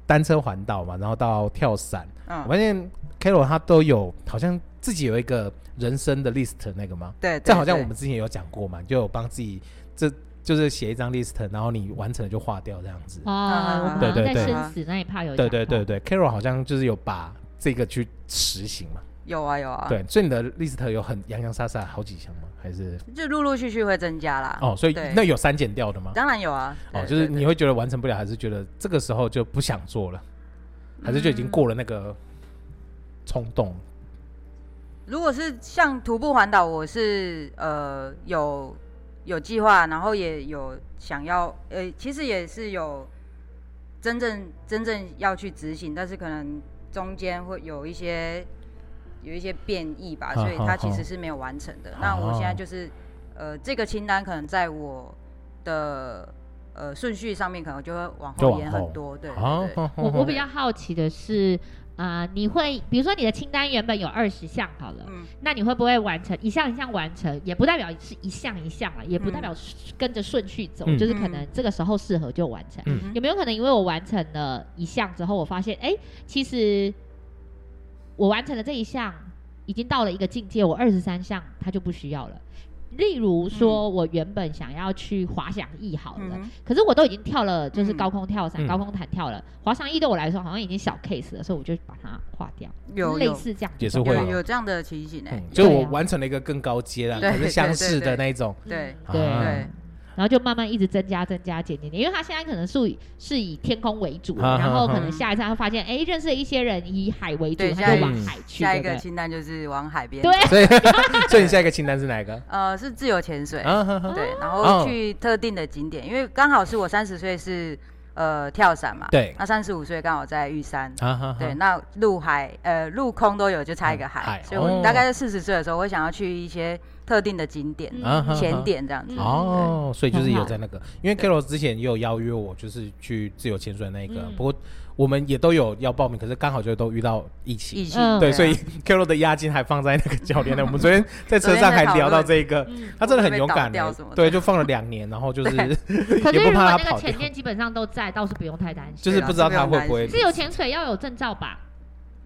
[SPEAKER 2] 单车环岛嘛，然后到跳伞，我
[SPEAKER 3] 嗯，
[SPEAKER 2] 发现 Carol 他都有好像自己有一个人生的 list 那个吗？
[SPEAKER 3] 对，
[SPEAKER 2] 这
[SPEAKER 3] 对
[SPEAKER 2] 好像
[SPEAKER 3] 对
[SPEAKER 2] 我们之前有讲过嘛，就有帮自己这就是写一张 list，然后你完成了就划掉这样子。
[SPEAKER 3] 嗯
[SPEAKER 1] 哦，我们好像
[SPEAKER 2] 对对
[SPEAKER 1] 在
[SPEAKER 2] 对
[SPEAKER 1] 生死那一趴有
[SPEAKER 2] 对
[SPEAKER 1] 讲
[SPEAKER 2] 对对
[SPEAKER 1] 到，
[SPEAKER 2] 对，Carol 好像就是有把这个去实行嘛。
[SPEAKER 3] 有啊有啊，，
[SPEAKER 2] 对，所以你的 list 有很洋洋洒洒好几项吗？还是
[SPEAKER 3] 就陆陆续续会增加啦。
[SPEAKER 2] 哦，所以
[SPEAKER 3] 对
[SPEAKER 2] 那有删减掉的吗？
[SPEAKER 3] 当然有啊，
[SPEAKER 2] 哦，
[SPEAKER 3] 对
[SPEAKER 2] 就是
[SPEAKER 3] 对对
[SPEAKER 2] 你会觉得完成不了，还是觉得这个时候就不想做了，
[SPEAKER 3] 嗯
[SPEAKER 2] 还是就已经过了那个冲动？
[SPEAKER 3] 如果是像徒步环岛，我是呃有有计划，然后也有想要，呃，其实也是有真正真正要去执行，但是可能中间会有一些有一些变异吧，
[SPEAKER 2] 好
[SPEAKER 3] 所以它
[SPEAKER 2] 好
[SPEAKER 3] 其
[SPEAKER 2] 好
[SPEAKER 3] 实是没有完成的。那我现在
[SPEAKER 2] 哦
[SPEAKER 3] 就是呃这个清单可能在我的呃顺序上面，可能就会往
[SPEAKER 2] 就
[SPEAKER 3] 后
[SPEAKER 2] 往
[SPEAKER 3] 延
[SPEAKER 2] 后
[SPEAKER 3] 很多，对对
[SPEAKER 2] 哦
[SPEAKER 3] 对，
[SPEAKER 2] 哦
[SPEAKER 1] 我我比
[SPEAKER 2] 哦
[SPEAKER 1] 较好奇的是，啊，你会比如说你的清单原本有二十项好了，
[SPEAKER 3] 嗯
[SPEAKER 1] 那你会不会完成一项一项完成？也不代表是一项一项啊了，
[SPEAKER 3] 嗯
[SPEAKER 1] 也不代表跟着顺序走，
[SPEAKER 2] 嗯
[SPEAKER 1] 就是可能这个时候适合就完成。
[SPEAKER 2] 嗯
[SPEAKER 3] 嗯
[SPEAKER 1] 有没有可能因为我完成了一项之后，我发现哎、诶其实我完成了这一项，已经到了一个境界，我二十三项它就不需要了。例如说，我原本想要去滑翔翼好了，
[SPEAKER 3] 嗯嗯哼
[SPEAKER 1] 可是我都已经跳了，就是
[SPEAKER 3] 嗯
[SPEAKER 1] 高空跳伞、
[SPEAKER 2] 嗯
[SPEAKER 1] 高空弹跳了，滑翔翼对我来说好像已经小 case 了，所以我就把它划掉，
[SPEAKER 3] 有
[SPEAKER 1] 类
[SPEAKER 3] 有
[SPEAKER 1] 似这样
[SPEAKER 2] 也是
[SPEAKER 1] 的
[SPEAKER 2] 会
[SPEAKER 1] 状
[SPEAKER 3] 有
[SPEAKER 1] 况
[SPEAKER 2] 啊
[SPEAKER 3] 有这样的情形呢、欸
[SPEAKER 2] 嗯，就我
[SPEAKER 1] 对啊
[SPEAKER 2] 完成了一个更高阶了，
[SPEAKER 3] 对
[SPEAKER 2] 可是
[SPEAKER 3] 对
[SPEAKER 2] 相
[SPEAKER 3] 对
[SPEAKER 2] 似的
[SPEAKER 3] 对
[SPEAKER 2] 那一种。
[SPEAKER 3] 对
[SPEAKER 1] 嗯对。
[SPEAKER 2] 啊
[SPEAKER 3] 对
[SPEAKER 1] 然后就慢慢一直增加、增加、减、减、减，因为他现在可能是以是以天空为主，
[SPEAKER 2] 啊
[SPEAKER 1] 然后
[SPEAKER 2] 啊
[SPEAKER 1] 可能
[SPEAKER 3] 啊
[SPEAKER 1] 下一次他发现，哎，认识了一些人以海为主，
[SPEAKER 3] 对
[SPEAKER 1] 他就
[SPEAKER 2] 下一
[SPEAKER 1] 往
[SPEAKER 2] 个
[SPEAKER 1] 海去，
[SPEAKER 3] 下一
[SPEAKER 1] 对
[SPEAKER 3] 个
[SPEAKER 1] 不对
[SPEAKER 3] 清单就是往海边。
[SPEAKER 1] 对，
[SPEAKER 2] 所以， 所以你下一个清单是哪一个？
[SPEAKER 3] 呃，是自由潜水，
[SPEAKER 2] 啊哈哈，
[SPEAKER 3] 对，然
[SPEAKER 2] 哦
[SPEAKER 3] 后去特定的景点，因为刚好是我三十岁是呃跳伞嘛，
[SPEAKER 2] 对
[SPEAKER 3] 那三十五岁刚好在玉山，
[SPEAKER 2] 啊哈哈，
[SPEAKER 3] 对，那陆海呃陆空都有，就差一个
[SPEAKER 2] 嗯
[SPEAKER 3] 海，
[SPEAKER 2] 海
[SPEAKER 3] 所以我
[SPEAKER 2] 哦
[SPEAKER 3] 大概在四十岁的时候，我想要去一些特定的景点、
[SPEAKER 1] 嗯
[SPEAKER 2] 啊哈哈
[SPEAKER 3] 潜点这样子，
[SPEAKER 2] 哦，所以就是
[SPEAKER 1] 很
[SPEAKER 2] 有
[SPEAKER 1] 好
[SPEAKER 2] 在那个，因为 Carol 之前也有邀约我，就是去自由潜水那一个，
[SPEAKER 1] 嗯
[SPEAKER 2] 不过我们也都有要报名，可是刚好就都遇到疫
[SPEAKER 3] 疫
[SPEAKER 2] 情，
[SPEAKER 3] 情、
[SPEAKER 1] 嗯
[SPEAKER 2] 对，所以 Carol 的押金还放在那个教 练那。我们昨天在车上还聊到这个，
[SPEAKER 1] 嗯，
[SPEAKER 2] 他真的很勇敢
[SPEAKER 3] 会被倒
[SPEAKER 2] 欸
[SPEAKER 3] 掉什么，的
[SPEAKER 2] 对，就放了两年，然后就是
[SPEAKER 1] 可是
[SPEAKER 2] 也
[SPEAKER 1] 如果
[SPEAKER 2] 不怕
[SPEAKER 1] 那
[SPEAKER 2] 他
[SPEAKER 1] 个
[SPEAKER 2] 跑掉
[SPEAKER 1] 前，面基本上都在，倒是不用太担心。
[SPEAKER 2] 就是不知道他
[SPEAKER 3] 这个
[SPEAKER 2] 会
[SPEAKER 3] 很
[SPEAKER 2] 不会
[SPEAKER 3] 担
[SPEAKER 1] 自由潜水要有证照吧？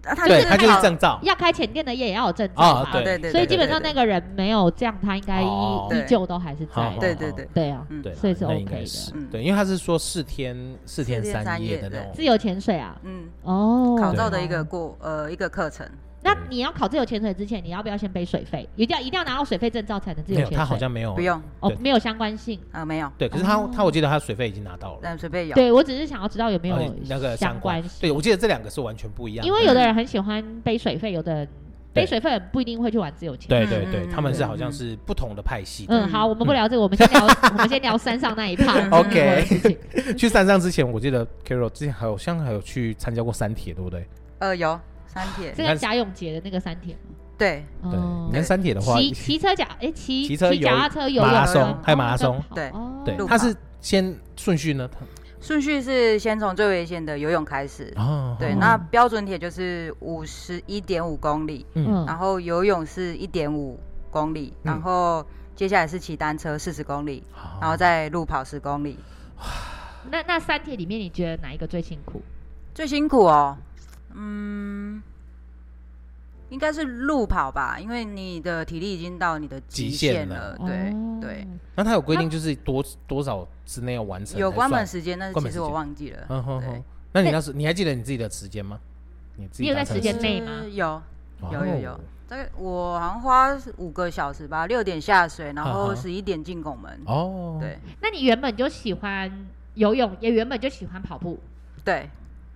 [SPEAKER 3] 啊他
[SPEAKER 2] 对他
[SPEAKER 3] 还
[SPEAKER 2] 就是
[SPEAKER 3] 好
[SPEAKER 2] 证照
[SPEAKER 1] 要开潜店的业也要有证照
[SPEAKER 2] 啊
[SPEAKER 1] 吧？，
[SPEAKER 3] 对对对
[SPEAKER 1] 所以基本上
[SPEAKER 3] 对
[SPEAKER 1] 那个人没有这样，他应该依
[SPEAKER 2] 哦
[SPEAKER 1] 依旧都还是在
[SPEAKER 2] 好
[SPEAKER 1] 的。
[SPEAKER 3] 对对对，
[SPEAKER 1] 对啊，
[SPEAKER 3] 嗯
[SPEAKER 2] 对啦，
[SPEAKER 1] 所以是
[SPEAKER 2] 那
[SPEAKER 1] OK
[SPEAKER 2] 应该
[SPEAKER 1] 的
[SPEAKER 2] 是
[SPEAKER 3] 嗯
[SPEAKER 2] 对，因为他是说四天四天
[SPEAKER 3] 天
[SPEAKER 2] 三
[SPEAKER 3] 三
[SPEAKER 2] 夜
[SPEAKER 3] 夜
[SPEAKER 2] 的那
[SPEAKER 3] 对
[SPEAKER 2] 种
[SPEAKER 1] 自由潜水啊，
[SPEAKER 3] 嗯，
[SPEAKER 1] 哦，
[SPEAKER 3] 考照的一个。过呃一个课程，
[SPEAKER 1] 那你要考自由潜水之前，你要不要先背水费？一定要一定要拿到水费证照才能自由
[SPEAKER 2] 没有，
[SPEAKER 1] 潜水。
[SPEAKER 2] 他好像没有
[SPEAKER 3] 不用
[SPEAKER 1] 哦
[SPEAKER 2] 对，
[SPEAKER 1] 没有相关性。
[SPEAKER 3] 啊、没有，
[SPEAKER 2] 对，可是他
[SPEAKER 1] 哦
[SPEAKER 2] 他我记得他水费已经拿到了，
[SPEAKER 3] 但随便有，
[SPEAKER 1] 对我只是想要知道有没有
[SPEAKER 2] 呃那个
[SPEAKER 1] 相
[SPEAKER 2] 关啊
[SPEAKER 1] 关。性，
[SPEAKER 2] 对，我记得这两个是完全不一样的，
[SPEAKER 1] 因为有的人很喜欢背水费，有的人背水费不一定会去玩自由潜水。
[SPEAKER 2] 对
[SPEAKER 3] 嗯
[SPEAKER 2] 对
[SPEAKER 3] 嗯
[SPEAKER 2] 对，
[SPEAKER 3] 嗯
[SPEAKER 2] 他们是
[SPEAKER 3] 嗯
[SPEAKER 2] 好像
[SPEAKER 3] 嗯
[SPEAKER 2] 是不同的派系的。
[SPEAKER 1] 嗯，好，我们不聊这个，我们先聊，我们先聊山上那一趴。 嗯
[SPEAKER 2] OK
[SPEAKER 1] 我的事情
[SPEAKER 2] 去山上之前，我记得 Carol 之前好像还有去参加过山铁，对不对？
[SPEAKER 3] 呃有三铁
[SPEAKER 1] 是在贾永杰的那个三铁
[SPEAKER 3] 对
[SPEAKER 1] 吗？
[SPEAKER 2] 对，
[SPEAKER 1] 哦
[SPEAKER 2] 你看三铁的话，
[SPEAKER 1] 骑骑车脚，哎，骑
[SPEAKER 2] 骑车
[SPEAKER 1] 骑脚
[SPEAKER 2] 游
[SPEAKER 1] 踏车、游
[SPEAKER 2] 马
[SPEAKER 3] 拉
[SPEAKER 1] 泳
[SPEAKER 3] 松
[SPEAKER 1] 啊
[SPEAKER 2] 还有马拉
[SPEAKER 1] 哦
[SPEAKER 2] 松
[SPEAKER 1] 跑
[SPEAKER 3] 对
[SPEAKER 1] 哦
[SPEAKER 2] 对
[SPEAKER 3] 路，
[SPEAKER 2] 它
[SPEAKER 3] 跑
[SPEAKER 2] 是先顺序呢，它
[SPEAKER 3] 顺序是先从最危险的游泳开始。
[SPEAKER 2] 哦，
[SPEAKER 3] 对，
[SPEAKER 1] 哦
[SPEAKER 3] 那标准铁就是五十一点五公里，
[SPEAKER 2] 嗯
[SPEAKER 1] 嗯
[SPEAKER 3] 然后游泳是一点五公里，
[SPEAKER 2] 嗯哦
[SPEAKER 3] 然后接下来是骑单车四十公里，
[SPEAKER 2] 好
[SPEAKER 3] 然后再路跑十公里。
[SPEAKER 1] 那那三铁里面，你觉得哪一个最辛苦？
[SPEAKER 3] 最辛苦哦，嗯，应该是路跑吧，因为你的体力已经到你的极
[SPEAKER 2] 极限
[SPEAKER 3] 限
[SPEAKER 2] 了
[SPEAKER 3] 了。呃对、
[SPEAKER 1] 哦
[SPEAKER 3] 对，
[SPEAKER 2] 那它有规定就是多多少之内要完成才算，
[SPEAKER 3] 有关门时间，但是
[SPEAKER 2] 关
[SPEAKER 3] 其
[SPEAKER 2] 门时
[SPEAKER 3] 实
[SPEAKER 2] 间
[SPEAKER 3] 我忘记了。
[SPEAKER 2] 嗯哼
[SPEAKER 3] 对
[SPEAKER 2] 哼，那你那时你还记得你自己的时间吗？你自己
[SPEAKER 1] 你有在
[SPEAKER 2] 达成
[SPEAKER 1] 时
[SPEAKER 2] 的
[SPEAKER 1] 间
[SPEAKER 2] 时
[SPEAKER 1] 内吗
[SPEAKER 3] 是有
[SPEAKER 2] 哇
[SPEAKER 3] 有有有
[SPEAKER 2] 哦
[SPEAKER 3] 大概我好像花五个小时吧，六点下水，然
[SPEAKER 2] 啊哈哈
[SPEAKER 3] 后十一点进拱门。
[SPEAKER 2] 哦，
[SPEAKER 3] 对
[SPEAKER 1] 那你原本就喜欢游泳，也原本就喜欢跑步，
[SPEAKER 3] 对，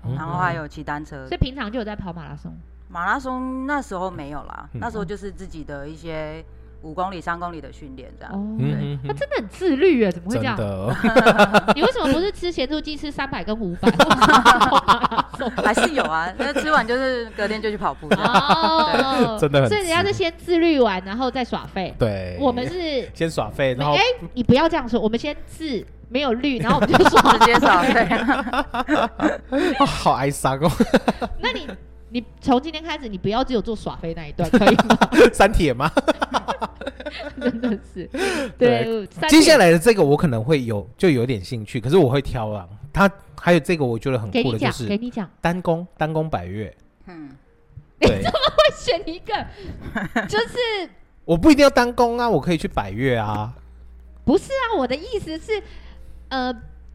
[SPEAKER 2] 嗯，
[SPEAKER 3] 然后还有骑单车
[SPEAKER 1] 所以。平常就有在跑马拉松。
[SPEAKER 3] 马拉松那时候没有啦，
[SPEAKER 2] 嗯
[SPEAKER 3] 那时候就是自己的一些五公里、三公里的训练这样。
[SPEAKER 1] 哦，
[SPEAKER 2] 嗯嗯
[SPEAKER 1] 那
[SPEAKER 2] 嗯
[SPEAKER 1] 真的很自律耶，怎么会
[SPEAKER 2] 真
[SPEAKER 1] 这样？
[SPEAKER 2] 的，
[SPEAKER 1] 你为什么不是吃咸猪鸡吃三百跟 五百？马拉
[SPEAKER 2] 哦
[SPEAKER 1] 松
[SPEAKER 3] 还是 有啊，那吃完就是隔天就去跑步这样。
[SPEAKER 1] 哦，
[SPEAKER 2] 真的很
[SPEAKER 1] 所以人家是先自律完，然后再耍废。
[SPEAKER 2] 对，
[SPEAKER 1] 我们是，
[SPEAKER 2] 先耍废，然后
[SPEAKER 1] 哎，你不要这样说，我们先自没有律，然后我 们就耍。
[SPEAKER 3] 直接少对，
[SPEAKER 2] 哦好哀伤哦，
[SPEAKER 1] 那你你从今天开始，你不要只有做耍废那一段，可以吗？
[SPEAKER 2] 删帖吗？
[SPEAKER 1] 真的是，
[SPEAKER 2] 对
[SPEAKER 1] 对。三
[SPEAKER 2] 接
[SPEAKER 1] 点
[SPEAKER 2] 下来的这个我可能会有就有点兴趣，可是我会挑啊。它还有这个我觉得很
[SPEAKER 1] 给
[SPEAKER 2] 酷
[SPEAKER 1] 你
[SPEAKER 2] 的就
[SPEAKER 1] 讲，给
[SPEAKER 2] 是
[SPEAKER 1] 你讲，
[SPEAKER 2] 单攻单攻百越，
[SPEAKER 3] 嗯，
[SPEAKER 2] 对，
[SPEAKER 1] 会选一个，就是
[SPEAKER 2] 我不一定要单攻啊，我可以去百越啊。
[SPEAKER 1] 不是啊？我的意思是，呃，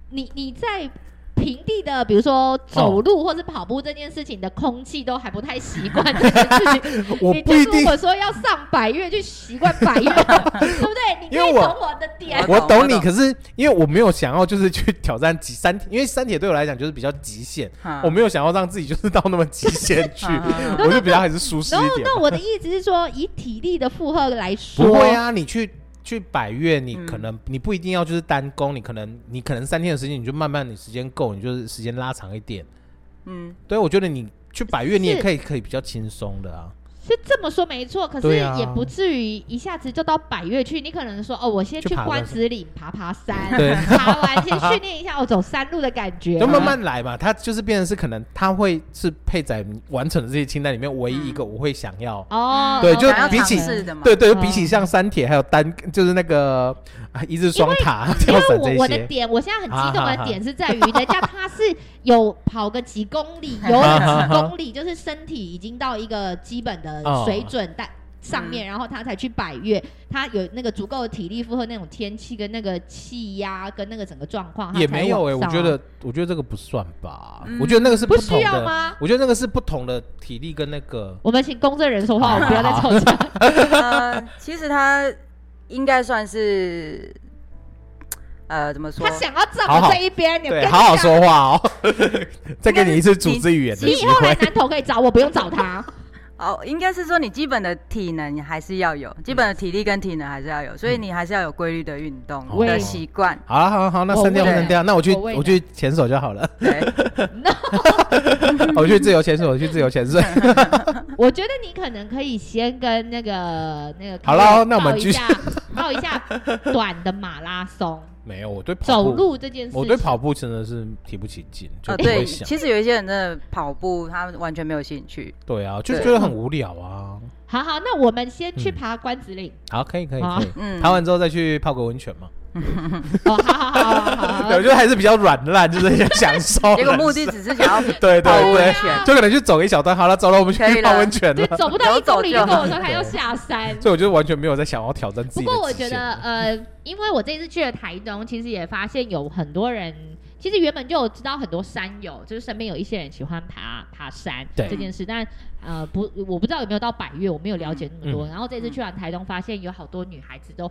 [SPEAKER 1] 你你在。平地的，比如说走
[SPEAKER 2] 哦
[SPEAKER 1] 路或是跑步这件事情的空气都还不太习惯这件事情，
[SPEAKER 2] 我
[SPEAKER 1] 你
[SPEAKER 2] 不
[SPEAKER 1] 就
[SPEAKER 2] 一
[SPEAKER 1] 如
[SPEAKER 2] 定，
[SPEAKER 1] 果说要上百越去习惯 百越，对不对？你可
[SPEAKER 2] 因为
[SPEAKER 1] 以
[SPEAKER 2] 我
[SPEAKER 1] 懂我的点，
[SPEAKER 2] 我
[SPEAKER 3] 我
[SPEAKER 2] 懂
[SPEAKER 3] 懂
[SPEAKER 2] 你，
[SPEAKER 3] 我懂
[SPEAKER 2] 可是因为我没有想要就是去挑战极三，因为三铁对我来讲就是比较极限，
[SPEAKER 3] 嗯
[SPEAKER 2] 我没有想要让自己就是到那么极限去，
[SPEAKER 3] 嗯嗯
[SPEAKER 2] 我就比较还是舒适
[SPEAKER 1] 然后
[SPEAKER 2] 一，点。
[SPEAKER 1] 那我的意思是说，以体力的负荷来说，
[SPEAKER 2] 不会啊，你去去百越，你
[SPEAKER 3] 嗯
[SPEAKER 2] 可能、你不一定要就是单攻，你可能你可能三天的时间，你就慢慢你时间够，你就是时间拉长一点。
[SPEAKER 3] 嗯，
[SPEAKER 2] 对，我觉得你去百越，你也
[SPEAKER 1] 是
[SPEAKER 2] 可以可以比较轻松的啊。
[SPEAKER 1] 是这么说没错，可是
[SPEAKER 2] 对啊
[SPEAKER 1] 也不至于一下子就到百越去。你可能说哦，我先
[SPEAKER 2] 去
[SPEAKER 1] 去
[SPEAKER 2] 爬个
[SPEAKER 1] 关子岭爬爬山，
[SPEAKER 2] 对
[SPEAKER 1] 爬完先训练一下哦我走山路的感 觉，
[SPEAKER 2] 就慢慢来嘛，它就是变成是可能它会是配在完成的这些清单里面唯一一个我会想要。
[SPEAKER 1] 哦，
[SPEAKER 2] 对
[SPEAKER 1] 哦
[SPEAKER 2] 就
[SPEAKER 3] 想要
[SPEAKER 2] 比
[SPEAKER 3] 尝
[SPEAKER 2] 起
[SPEAKER 3] 试的嘛，
[SPEAKER 2] 对对，
[SPEAKER 1] 哦
[SPEAKER 2] 比起像三铁还有单，就是那个啊一日双塔、
[SPEAKER 1] 因
[SPEAKER 2] 跳
[SPEAKER 1] 为
[SPEAKER 2] 伞
[SPEAKER 1] 我我
[SPEAKER 2] 这
[SPEAKER 1] 的
[SPEAKER 2] 些。
[SPEAKER 1] 点，我现在很激动
[SPEAKER 2] 好好
[SPEAKER 1] 的
[SPEAKER 2] 好
[SPEAKER 1] 点是在于，人 家他是有跑个几公里，游
[SPEAKER 2] 好
[SPEAKER 1] 了
[SPEAKER 2] 好好
[SPEAKER 1] 几公里，就是身体已经到一个基本的水准，但。上
[SPEAKER 2] 嗯
[SPEAKER 1] 面，然后他才去百越，他有那个足够的体力负荷那种天气跟那个气压跟那个整个状况，他
[SPEAKER 2] 也
[SPEAKER 1] 才
[SPEAKER 2] 没有
[SPEAKER 1] 往
[SPEAKER 2] 哎、我
[SPEAKER 1] 上
[SPEAKER 2] 觉
[SPEAKER 1] 啊
[SPEAKER 2] 得，我觉得这个不算吧。
[SPEAKER 3] 嗯
[SPEAKER 2] 我觉得那个是
[SPEAKER 1] 不
[SPEAKER 2] 同
[SPEAKER 1] 需要
[SPEAKER 2] 的，
[SPEAKER 1] 吗？
[SPEAKER 2] 我觉得那个是不同的体力跟那个
[SPEAKER 1] 我们请公证人说话，我们不要再吵 架。
[SPEAKER 3] 呃，其实他应该算是，呃，怎么说
[SPEAKER 1] 他？想要站
[SPEAKER 2] 好好
[SPEAKER 1] 我这一边，你
[SPEAKER 2] 对，
[SPEAKER 1] 跟
[SPEAKER 2] 好好说话哦。 再给你一次组织语言的
[SPEAKER 1] 你以
[SPEAKER 2] 机
[SPEAKER 1] 后来
[SPEAKER 2] 会。
[SPEAKER 1] 南投可以找我，不用找 他。
[SPEAKER 3] 哦，应该是说你基本的体能还是要有，基本的体力跟体能还是要有，所以你还是要有规律的运动
[SPEAKER 2] 嗯
[SPEAKER 3] 的习 惯。
[SPEAKER 2] 好了，好了好了，那
[SPEAKER 1] 我
[SPEAKER 2] 删掉
[SPEAKER 3] 为了
[SPEAKER 2] 删掉，那我去
[SPEAKER 1] 我为了
[SPEAKER 2] 我去潜手就好了，
[SPEAKER 3] 对，
[SPEAKER 2] 我去自由潜水，我去自 由潜水。
[SPEAKER 1] 我觉得你可能可以先跟那个那个
[SPEAKER 2] 好啦
[SPEAKER 1] 客户
[SPEAKER 2] 那我们
[SPEAKER 1] 报
[SPEAKER 2] 继
[SPEAKER 1] 一
[SPEAKER 2] 续
[SPEAKER 1] 下 报一 下短的马拉松
[SPEAKER 2] 没有，我对跑
[SPEAKER 1] 走
[SPEAKER 2] 步，
[SPEAKER 1] 路这件事情。
[SPEAKER 2] 我对跑步真的是提不起劲，就
[SPEAKER 3] 呃，
[SPEAKER 2] 不会
[SPEAKER 3] 对，
[SPEAKER 2] 想。
[SPEAKER 3] 其实有一些人真的跑步，他完全没有兴趣。
[SPEAKER 2] 对啊，就
[SPEAKER 3] 对
[SPEAKER 2] 觉得很无聊啊。
[SPEAKER 1] 好好，那我们先去
[SPEAKER 2] 嗯
[SPEAKER 1] 爬关子岭。
[SPEAKER 2] 好，可以可以
[SPEAKER 1] 好
[SPEAKER 2] 可以，
[SPEAKER 3] 嗯，
[SPEAKER 2] 爬完之后再去泡个温泉嘛。
[SPEAKER 1] 哦，好好好好好好
[SPEAKER 2] 对，我觉得还是比较软烂，就是 想享受。
[SPEAKER 3] 结果目的只是想要
[SPEAKER 2] 对对
[SPEAKER 3] 泡温
[SPEAKER 2] 对，
[SPEAKER 3] 泉。
[SPEAKER 2] 就可能去走一小段。好了，走了，我们
[SPEAKER 3] 可
[SPEAKER 2] 去
[SPEAKER 3] 以了
[SPEAKER 2] 泡温泉
[SPEAKER 1] 对
[SPEAKER 2] 了。，
[SPEAKER 1] 走不到一公里
[SPEAKER 3] 有
[SPEAKER 1] 就
[SPEAKER 3] 走就
[SPEAKER 1] 跟
[SPEAKER 3] 好
[SPEAKER 1] 我说他要下山。
[SPEAKER 2] 所以我就完全没有在想要挑战
[SPEAKER 1] 不
[SPEAKER 2] 自己的极限。
[SPEAKER 1] 过我觉得，呃，因为我这次去了台东，其实也发现有很多人，其实原本就有知道很多山友，就是身边有一些人喜欢爬爬山
[SPEAKER 2] 对
[SPEAKER 1] 这件事，但呃不，我不知道有没有到百越，我没有了解那么
[SPEAKER 2] 嗯
[SPEAKER 1] 多。然后这次去完台东，发现有好多女孩子都。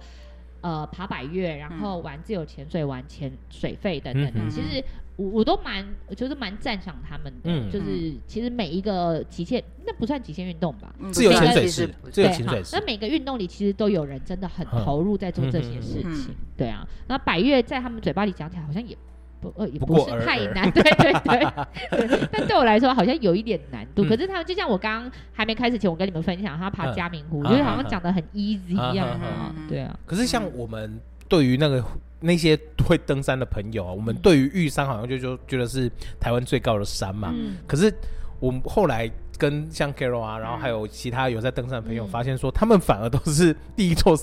[SPEAKER 1] 呃，爬百越，然后玩自由潜水、玩潜水费等等的，
[SPEAKER 2] 嗯
[SPEAKER 3] 嗯
[SPEAKER 1] 其实我我都蛮，就是蛮赞赏他们的。
[SPEAKER 2] 嗯
[SPEAKER 1] 就是其实每一个极限，那不算极限运动吧？
[SPEAKER 3] 嗯
[SPEAKER 2] 自由
[SPEAKER 1] 每个
[SPEAKER 2] 潜水
[SPEAKER 3] 其实
[SPEAKER 2] 是
[SPEAKER 3] 不
[SPEAKER 2] 自由
[SPEAKER 1] 对
[SPEAKER 2] 潜
[SPEAKER 1] 好
[SPEAKER 2] 水是
[SPEAKER 1] 那每个运动里其实都有人真的很
[SPEAKER 2] 嗯
[SPEAKER 1] 投入在做这些事
[SPEAKER 3] 嗯嗯
[SPEAKER 1] 情，
[SPEAKER 3] 嗯
[SPEAKER 1] 对啊。那百越在他们嘴巴里讲起来好像也不呃也
[SPEAKER 2] 不
[SPEAKER 1] 不
[SPEAKER 2] 过
[SPEAKER 1] 是
[SPEAKER 2] 尔
[SPEAKER 1] 太
[SPEAKER 2] 尔
[SPEAKER 1] 难，对对对对但对我来说好像有一点难度。
[SPEAKER 2] 嗯
[SPEAKER 1] 可是他们就像我刚刚还没开始前，我跟你们分享，他爬嘉明湖，
[SPEAKER 2] 嗯
[SPEAKER 1] 我觉得好像讲的很 easy 一样
[SPEAKER 2] 嗯嗯
[SPEAKER 3] 嗯
[SPEAKER 1] 啊
[SPEAKER 3] 嗯。嗯
[SPEAKER 1] 对啊，
[SPEAKER 2] 可是像我们对于那个那些会登山的朋友啊，我
[SPEAKER 3] 嗯
[SPEAKER 2] 们对于玉山好像就就觉得是台湾最高的山嘛。
[SPEAKER 1] 嗯
[SPEAKER 2] 可是我们后来跟像 Carol 啊，然后还
[SPEAKER 3] 嗯
[SPEAKER 2] 有其他有在登山的朋友，
[SPEAKER 1] 嗯
[SPEAKER 2] 发现说他们反而都是第一座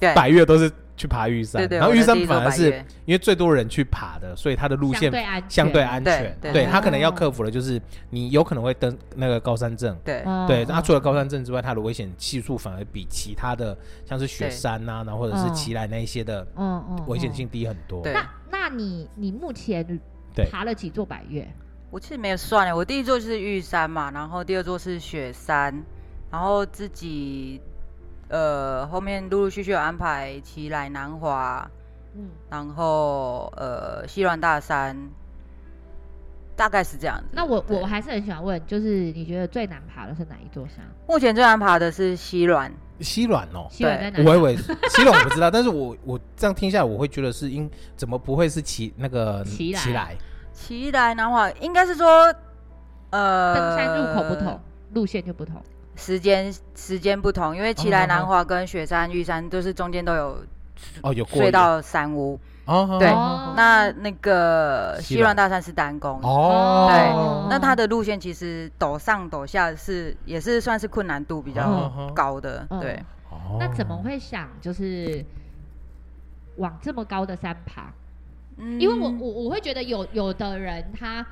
[SPEAKER 3] 对
[SPEAKER 2] 百越都是去爬玉山
[SPEAKER 3] 对，对，
[SPEAKER 2] 然后
[SPEAKER 3] 我
[SPEAKER 2] 玉
[SPEAKER 3] 的第
[SPEAKER 2] 山
[SPEAKER 3] 一座
[SPEAKER 2] 反而
[SPEAKER 3] 百
[SPEAKER 2] 是
[SPEAKER 3] 岳
[SPEAKER 2] 因为最多人去爬的，所以它的路
[SPEAKER 1] 相
[SPEAKER 2] 线
[SPEAKER 1] 对安全
[SPEAKER 2] 相对安全。
[SPEAKER 3] 对对
[SPEAKER 2] 对
[SPEAKER 1] 对
[SPEAKER 2] 他可能要克服的就是你有可能会登那个高山症。
[SPEAKER 3] 对
[SPEAKER 1] 哦
[SPEAKER 2] 对，啊那除了高山症之外，它的危险系数反而比其他的像是雪山呐、然后或者是
[SPEAKER 1] 嗯
[SPEAKER 2] 奇莱那一些的
[SPEAKER 1] 嗯嗯
[SPEAKER 2] 危险。性低很多。
[SPEAKER 3] 对
[SPEAKER 1] 嗯那那你你目前
[SPEAKER 2] 对
[SPEAKER 1] 爬了几座百越？
[SPEAKER 3] 我其实没有算欸了，我第一座就是玉山嘛，然后第二座是雪山，然后自己呃后面陆陆续续有安排奇来南华，
[SPEAKER 1] 嗯，
[SPEAKER 3] 然后呃西峦大山，大概是这样子。
[SPEAKER 1] 那我
[SPEAKER 3] 对
[SPEAKER 1] 我还是很想问，就是你觉得最难爬的是哪一座山？
[SPEAKER 3] 目前最难爬的是西峦，
[SPEAKER 2] 西软哦，
[SPEAKER 1] 西软在哪里？
[SPEAKER 2] 我以为西软我不知道，但是我我这样听下来，我会觉得是应怎么不会是奇那个
[SPEAKER 1] 奇莱
[SPEAKER 2] 莱？
[SPEAKER 3] 奇来南华啊应该是说呃
[SPEAKER 1] 登山入口不同，路线就不同。
[SPEAKER 2] 哦
[SPEAKER 3] 时间时间不同，因为奇来南华跟雪山、玉山都是中间都有
[SPEAKER 2] 哦，有过
[SPEAKER 3] 隧道山屋，
[SPEAKER 2] 哦，
[SPEAKER 3] 对
[SPEAKER 1] 哦
[SPEAKER 3] 那那个
[SPEAKER 2] 西
[SPEAKER 3] 西峦
[SPEAKER 2] 峦
[SPEAKER 3] 大山是单攻，
[SPEAKER 2] 哦，
[SPEAKER 3] 对
[SPEAKER 1] 哦
[SPEAKER 3] 那它的路线其实陡上陡下是也是算是困难度比较
[SPEAKER 2] 哦
[SPEAKER 3] 高的，
[SPEAKER 1] 嗯
[SPEAKER 3] 对，
[SPEAKER 2] 哦
[SPEAKER 1] 那怎么会想就是往这么高的山爬？
[SPEAKER 3] 嗯
[SPEAKER 1] 因为我我我会觉得有有的人他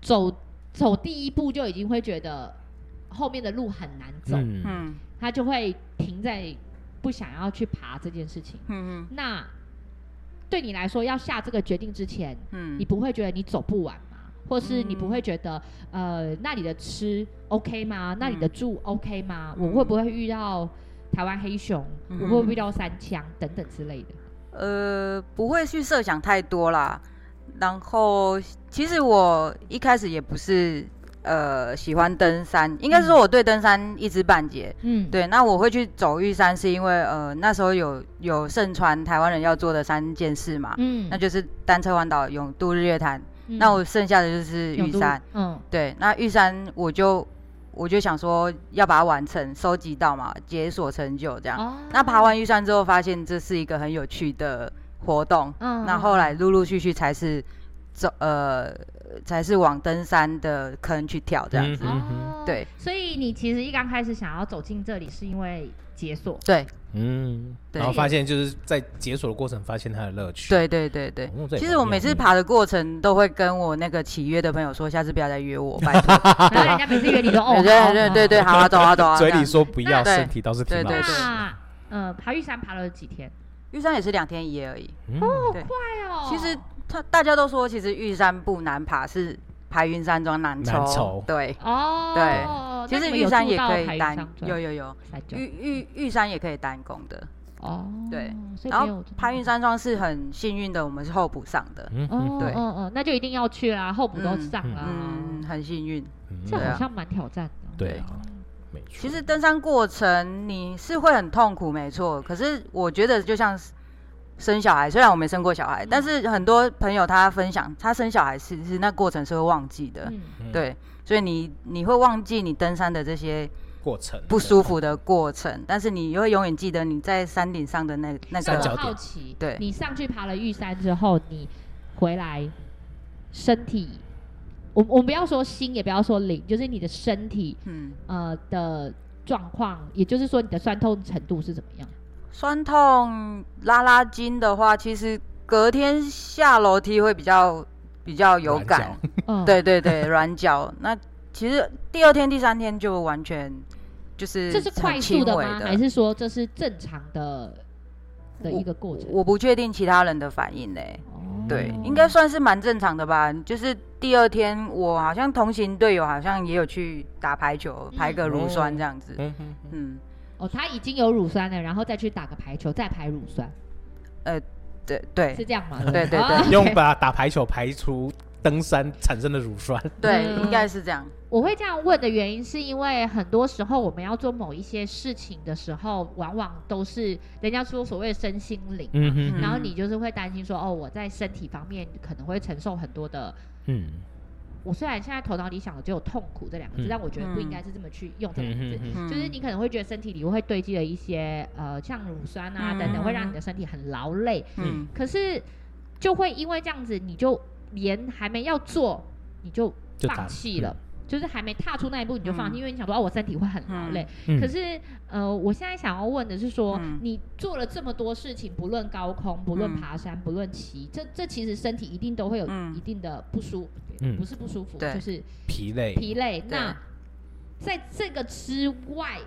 [SPEAKER 1] 走走第一步就已经会觉得后面的路很难走，
[SPEAKER 2] 嗯
[SPEAKER 3] 嗯
[SPEAKER 1] 他就会停在不想要去爬这件事情。
[SPEAKER 3] 嗯
[SPEAKER 1] 那对你来说，要下这个决定之前，
[SPEAKER 3] 嗯
[SPEAKER 1] 你
[SPEAKER 3] 嗯，
[SPEAKER 1] 不会觉得你走不完吗？或是你不
[SPEAKER 3] 嗯
[SPEAKER 1] 会觉得，呃，那里的吃 OK 吗？那里的
[SPEAKER 3] 嗯
[SPEAKER 1] 住 OK 吗？
[SPEAKER 3] 嗯
[SPEAKER 1] 我会不会遇到台湾黑熊？
[SPEAKER 3] 嗯
[SPEAKER 1] 我会不会遇到三枪等等之类的？
[SPEAKER 3] 呃，不会去设想太多啦。然后其实我一开始也不是呃喜欢登山，应该是说我对登山一知半解。
[SPEAKER 1] 嗯，
[SPEAKER 3] 对，那我会去走玉山，是因为呃那时候有有盛传台湾人要做的三件事嘛，
[SPEAKER 1] 嗯，
[SPEAKER 3] 啊那就是单车环岛、永渡日月潭，
[SPEAKER 1] 嗯
[SPEAKER 3] 那我剩下的就是
[SPEAKER 1] 有
[SPEAKER 3] 玉
[SPEAKER 1] 都
[SPEAKER 3] 山。
[SPEAKER 1] 嗯
[SPEAKER 3] 对，那玉山我就我就想说要把它完成，收集到嘛，解锁成就这样。
[SPEAKER 1] 哦，
[SPEAKER 3] 那爬完玉山之后，发现这是一个很有趣的活动。
[SPEAKER 1] 嗯，
[SPEAKER 3] 那
[SPEAKER 1] 嗯
[SPEAKER 3] 后来陆陆续续才是走呃，才是往登山的坑去跳这样
[SPEAKER 2] 嗯
[SPEAKER 3] 子。
[SPEAKER 1] 哦，
[SPEAKER 3] 对，
[SPEAKER 1] 所以你其实一刚开始想要走进这里，是因为解 锁，
[SPEAKER 3] 对
[SPEAKER 2] 嗯，
[SPEAKER 3] 对
[SPEAKER 2] 然后发现就是在解锁的过程发现它的乐趣。
[SPEAKER 3] 对对对对。
[SPEAKER 2] 哦，
[SPEAKER 3] 其实我每次爬的过程都会跟我那个起约的朋友说，下次不要再约我，拜托。
[SPEAKER 1] 然后人家每次约你都哦，
[SPEAKER 3] 对
[SPEAKER 1] 好
[SPEAKER 3] 对对对，对，好啊，走啊走
[SPEAKER 2] 好
[SPEAKER 3] 啊。
[SPEAKER 2] 嘴
[SPEAKER 3] 这
[SPEAKER 2] 里
[SPEAKER 3] 样
[SPEAKER 2] 说不要，
[SPEAKER 3] 对
[SPEAKER 2] 身体倒是挺
[SPEAKER 3] 对
[SPEAKER 2] 老
[SPEAKER 1] 好
[SPEAKER 3] 对
[SPEAKER 2] 实。
[SPEAKER 1] 那呃，爬玉山爬了几天？
[SPEAKER 3] 玉山也是两天一夜而已。
[SPEAKER 2] 嗯
[SPEAKER 1] 哎呦，
[SPEAKER 3] 其实他大家都说，其实玉山不难爬，是排云山庄难抽。
[SPEAKER 2] 难抽
[SPEAKER 3] 对，
[SPEAKER 1] 哦，
[SPEAKER 3] 对
[SPEAKER 1] 那
[SPEAKER 3] 其
[SPEAKER 1] 你
[SPEAKER 3] 实
[SPEAKER 1] 们
[SPEAKER 3] 玉
[SPEAKER 1] 有
[SPEAKER 3] 山
[SPEAKER 1] 住
[SPEAKER 3] 也
[SPEAKER 1] 到
[SPEAKER 3] 可
[SPEAKER 1] 台
[SPEAKER 3] 以
[SPEAKER 1] 云
[SPEAKER 3] 单
[SPEAKER 1] 商，
[SPEAKER 3] 有
[SPEAKER 1] 村
[SPEAKER 3] 有有，
[SPEAKER 1] 山庄
[SPEAKER 3] 玉玉玉山也可以单攻的。
[SPEAKER 1] 哦，
[SPEAKER 3] 对，
[SPEAKER 1] 所以
[SPEAKER 3] 然
[SPEAKER 1] 没有
[SPEAKER 3] 后排云。山庄是很幸运的，我们是候补上的，
[SPEAKER 2] 嗯
[SPEAKER 1] 哦，
[SPEAKER 3] 对
[SPEAKER 1] 嗯嗯，那就一定要去啦，候补都
[SPEAKER 3] 嗯
[SPEAKER 1] 上啦，
[SPEAKER 3] 嗯，很幸运。
[SPEAKER 2] 嗯
[SPEAKER 1] 这
[SPEAKER 3] 对
[SPEAKER 1] 好
[SPEAKER 3] 啊
[SPEAKER 1] 像蛮挑战的。哦
[SPEAKER 2] 对啊，没错。
[SPEAKER 3] 其实登山过程你是会很痛苦，没错。可是我觉得就像是生小孩，虽然我没生过小孩，
[SPEAKER 1] 嗯
[SPEAKER 3] 但是很多朋友他分享，他生小孩是是那过程是会忘记的，
[SPEAKER 1] 嗯，
[SPEAKER 2] 嗯
[SPEAKER 3] 对，所以你你会忘记你登山的这些
[SPEAKER 2] 过程
[SPEAKER 3] 不舒服的过程，但是你会永远记得你在山顶上的那那
[SPEAKER 1] 那
[SPEAKER 2] 三角
[SPEAKER 1] 我
[SPEAKER 3] 个。
[SPEAKER 1] 好奇，
[SPEAKER 3] 对
[SPEAKER 1] 你上去爬了玉山之后，你回来身体，我我们不要说心，也不要说灵，就是你的身体
[SPEAKER 3] 嗯，
[SPEAKER 1] 呃的状况，也就是说你的酸痛程度是怎么样？
[SPEAKER 3] 酸痛拉拉筋的话，其实隔天下楼梯会比较比较有
[SPEAKER 2] 软
[SPEAKER 3] 感。
[SPEAKER 1] 嗯，，
[SPEAKER 3] 对对对，软脚。那其实第二天、第三天就完全就是
[SPEAKER 1] 这是
[SPEAKER 3] 很
[SPEAKER 1] 快速
[SPEAKER 3] 嗯轻
[SPEAKER 1] 的
[SPEAKER 3] 微
[SPEAKER 1] 吗？还是说这是正常的的一个过程？
[SPEAKER 3] 我不确定其他人的反应呢、
[SPEAKER 1] 哦
[SPEAKER 3] 对，应该算是蛮正常的吧。就是第二天，我好像同行队友好像也有去打排
[SPEAKER 1] 嗯
[SPEAKER 3] 球，排个乳酸这样子。
[SPEAKER 2] 嗯哼哼
[SPEAKER 3] 嗯，
[SPEAKER 1] 哦，他已经有乳酸了，然后再去打个排球，再排乳酸，
[SPEAKER 3] 对对
[SPEAKER 1] 是这样吗？
[SPEAKER 3] 对 对
[SPEAKER 1] 哦
[SPEAKER 3] 对
[SPEAKER 1] OK
[SPEAKER 2] 用把打排球排除登山产生的乳酸。
[SPEAKER 3] 对，
[SPEAKER 1] 嗯
[SPEAKER 3] 应该是这样。
[SPEAKER 1] 我会这样问的原因，是因为很多时候我们要做某一些事情的时候，往往都是人家说所谓的身心灵嘛。
[SPEAKER 2] 嗯哼
[SPEAKER 3] 嗯
[SPEAKER 1] 然后你就是会担心说，哦，我在身体方面可能会承受很多的
[SPEAKER 2] 嗯
[SPEAKER 1] 我虽然现在头脑里想的只有痛苦这两个字，
[SPEAKER 2] 嗯
[SPEAKER 1] 但我觉得不应
[SPEAKER 3] 嗯
[SPEAKER 1] 该是这么去用这两个字。
[SPEAKER 2] 嗯嗯
[SPEAKER 1] 就是你可能会觉得身体里会堆积了一些呃，像乳酸啊
[SPEAKER 3] 嗯
[SPEAKER 1] 等等，会
[SPEAKER 3] 嗯
[SPEAKER 1] 让你的身体很劳累。
[SPEAKER 3] 嗯
[SPEAKER 1] 可是就会因为这样子，你就连还没要做，你就
[SPEAKER 2] 就打
[SPEAKER 1] 放弃了，就是还没踏出那一步你就放弃，
[SPEAKER 3] 嗯
[SPEAKER 1] 因为你想说哦，我身体会很劳累。
[SPEAKER 2] 嗯
[SPEAKER 1] 可是呃，我现在想要问的是说，
[SPEAKER 3] 嗯
[SPEAKER 1] 你做了这么多事情，不论高空，不论
[SPEAKER 3] 嗯
[SPEAKER 1] 爬山，不论骑，这这其实身体一定都会有
[SPEAKER 3] 嗯
[SPEAKER 1] 一定的不舒服，
[SPEAKER 2] 嗯
[SPEAKER 1] 不是不舒服，
[SPEAKER 3] 对
[SPEAKER 1] 就是
[SPEAKER 2] 疲累，
[SPEAKER 1] 疲累。
[SPEAKER 3] 对，
[SPEAKER 1] 那在这个之外，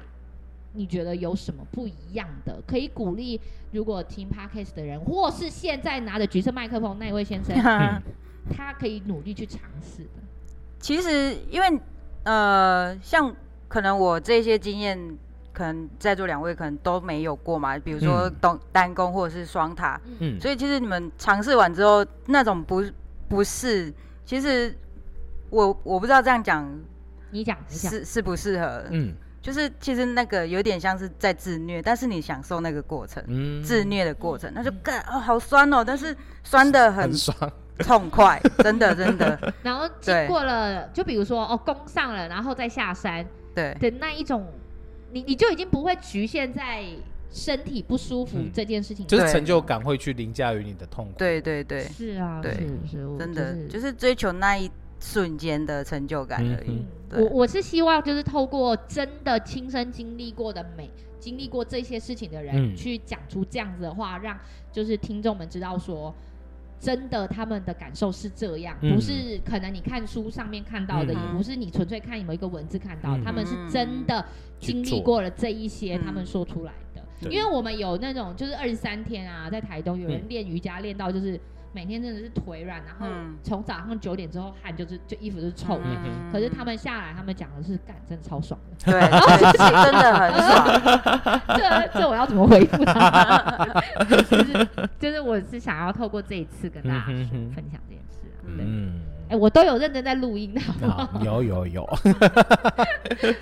[SPEAKER 1] 你觉得有什么不一样的？可以鼓励如果听 podcast 的人，或是现在拿着橘色麦克风那一位先生
[SPEAKER 2] 嗯
[SPEAKER 1] 他可以努力去尝试的。
[SPEAKER 3] 其实因为呃，像可能我这些经验，可能在座两位可能都没有过嘛，比如说
[SPEAKER 2] 嗯
[SPEAKER 3] 单单攻或者是双塔，
[SPEAKER 2] 嗯，
[SPEAKER 3] 所以其实你们尝试完之后，那种不不适，其实我我不知道这样讲
[SPEAKER 1] 你讲，你讲，
[SPEAKER 3] 适适不适合，
[SPEAKER 2] 嗯
[SPEAKER 3] 就是其实那个有点像是在自虐，但是你享受那个过程。
[SPEAKER 2] 嗯，
[SPEAKER 3] 自虐的过程，那就
[SPEAKER 1] 嗯
[SPEAKER 3] 干哦，好酸哦，但是酸的很
[SPEAKER 2] 很爽，
[SPEAKER 3] 痛快，真的真的，
[SPEAKER 1] 然后经
[SPEAKER 3] 对
[SPEAKER 1] 过了，就比如说哦，攻上了，然后再下山
[SPEAKER 3] 对
[SPEAKER 1] 的那一种，你你就已经不会局限在身体不舒服
[SPEAKER 2] 嗯
[SPEAKER 1] 这件事情。
[SPEAKER 2] 就是
[SPEAKER 3] 对
[SPEAKER 2] 成就感会去凌驾于你的痛苦。
[SPEAKER 3] 对对对，
[SPEAKER 1] 是啊，
[SPEAKER 3] 对
[SPEAKER 1] 是是，我
[SPEAKER 3] 真的
[SPEAKER 1] 就是
[SPEAKER 3] 就是追求那一瞬间的成就感而
[SPEAKER 2] 嗯
[SPEAKER 3] 已。对
[SPEAKER 1] 我我是希望就是透过真的亲身经历过的美，经历过这些事情的人，
[SPEAKER 2] 嗯
[SPEAKER 1] 去讲出这样子的话，让就是听众们知道说，真的他们的感受是这样，
[SPEAKER 2] 嗯
[SPEAKER 1] 不是可能你看书上面看到的，
[SPEAKER 2] 嗯
[SPEAKER 1] 也不是你纯粹看某一个文字看到，
[SPEAKER 2] 嗯
[SPEAKER 1] 他们是真的经历过了这一些，
[SPEAKER 3] 去做
[SPEAKER 1] 他们说出来的。
[SPEAKER 2] 对嗯
[SPEAKER 1] 因为我们有那种就是二十三天啊，在台东有人练瑜伽练到就是每天真的是腿软，然后
[SPEAKER 3] 嗯
[SPEAKER 1] 从早上九点之后汗就是就衣服就是臭的。
[SPEAKER 2] 嗯
[SPEAKER 1] 可是他们下来，他们讲的是干，真的超爽 的。
[SPEAKER 3] 对，对真的很 爽，
[SPEAKER 1] 这这我要怎么回复他？ 就是就是，我是想要透过这一次跟大家
[SPEAKER 2] 嗯哼哼
[SPEAKER 1] 分享这件事啊。对，哎、
[SPEAKER 2] 嗯，哦
[SPEAKER 1] 我都有认真在录音的，好不好？
[SPEAKER 2] 好，有有有，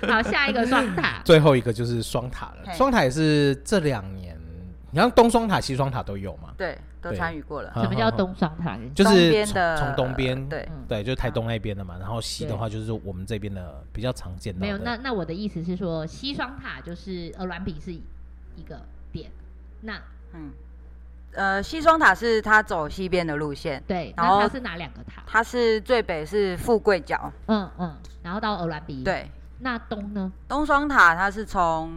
[SPEAKER 1] 好，下一个双塔，
[SPEAKER 2] 最后一个就是双塔了。
[SPEAKER 3] 嘿
[SPEAKER 2] 双塔也是这两年，你像东双塔、西双塔都有嘛？
[SPEAKER 3] 对，都
[SPEAKER 2] 对
[SPEAKER 3] 参与过了。
[SPEAKER 1] 什么叫东双塔？
[SPEAKER 2] 就
[SPEAKER 3] 东
[SPEAKER 2] 是
[SPEAKER 3] 边
[SPEAKER 2] 从
[SPEAKER 3] 的
[SPEAKER 2] 从东边，
[SPEAKER 3] 对
[SPEAKER 1] 嗯
[SPEAKER 2] 对，就是台东那边的嘛。然后西的
[SPEAKER 1] 对
[SPEAKER 2] 话，就是我们这边的比较常见到的。
[SPEAKER 1] 没有，那那我的意思是说，西双塔就是鹅銮鼻是一个点，那
[SPEAKER 3] 嗯，呃，西双塔是它走西边的路线，
[SPEAKER 1] 对，
[SPEAKER 3] 然后
[SPEAKER 1] 那它是哪两个塔？
[SPEAKER 3] 它是最北是富贵角，
[SPEAKER 1] 嗯嗯，然后到鹅銮鼻，，
[SPEAKER 3] 对，
[SPEAKER 1] 那东呢？
[SPEAKER 3] 东双塔它是从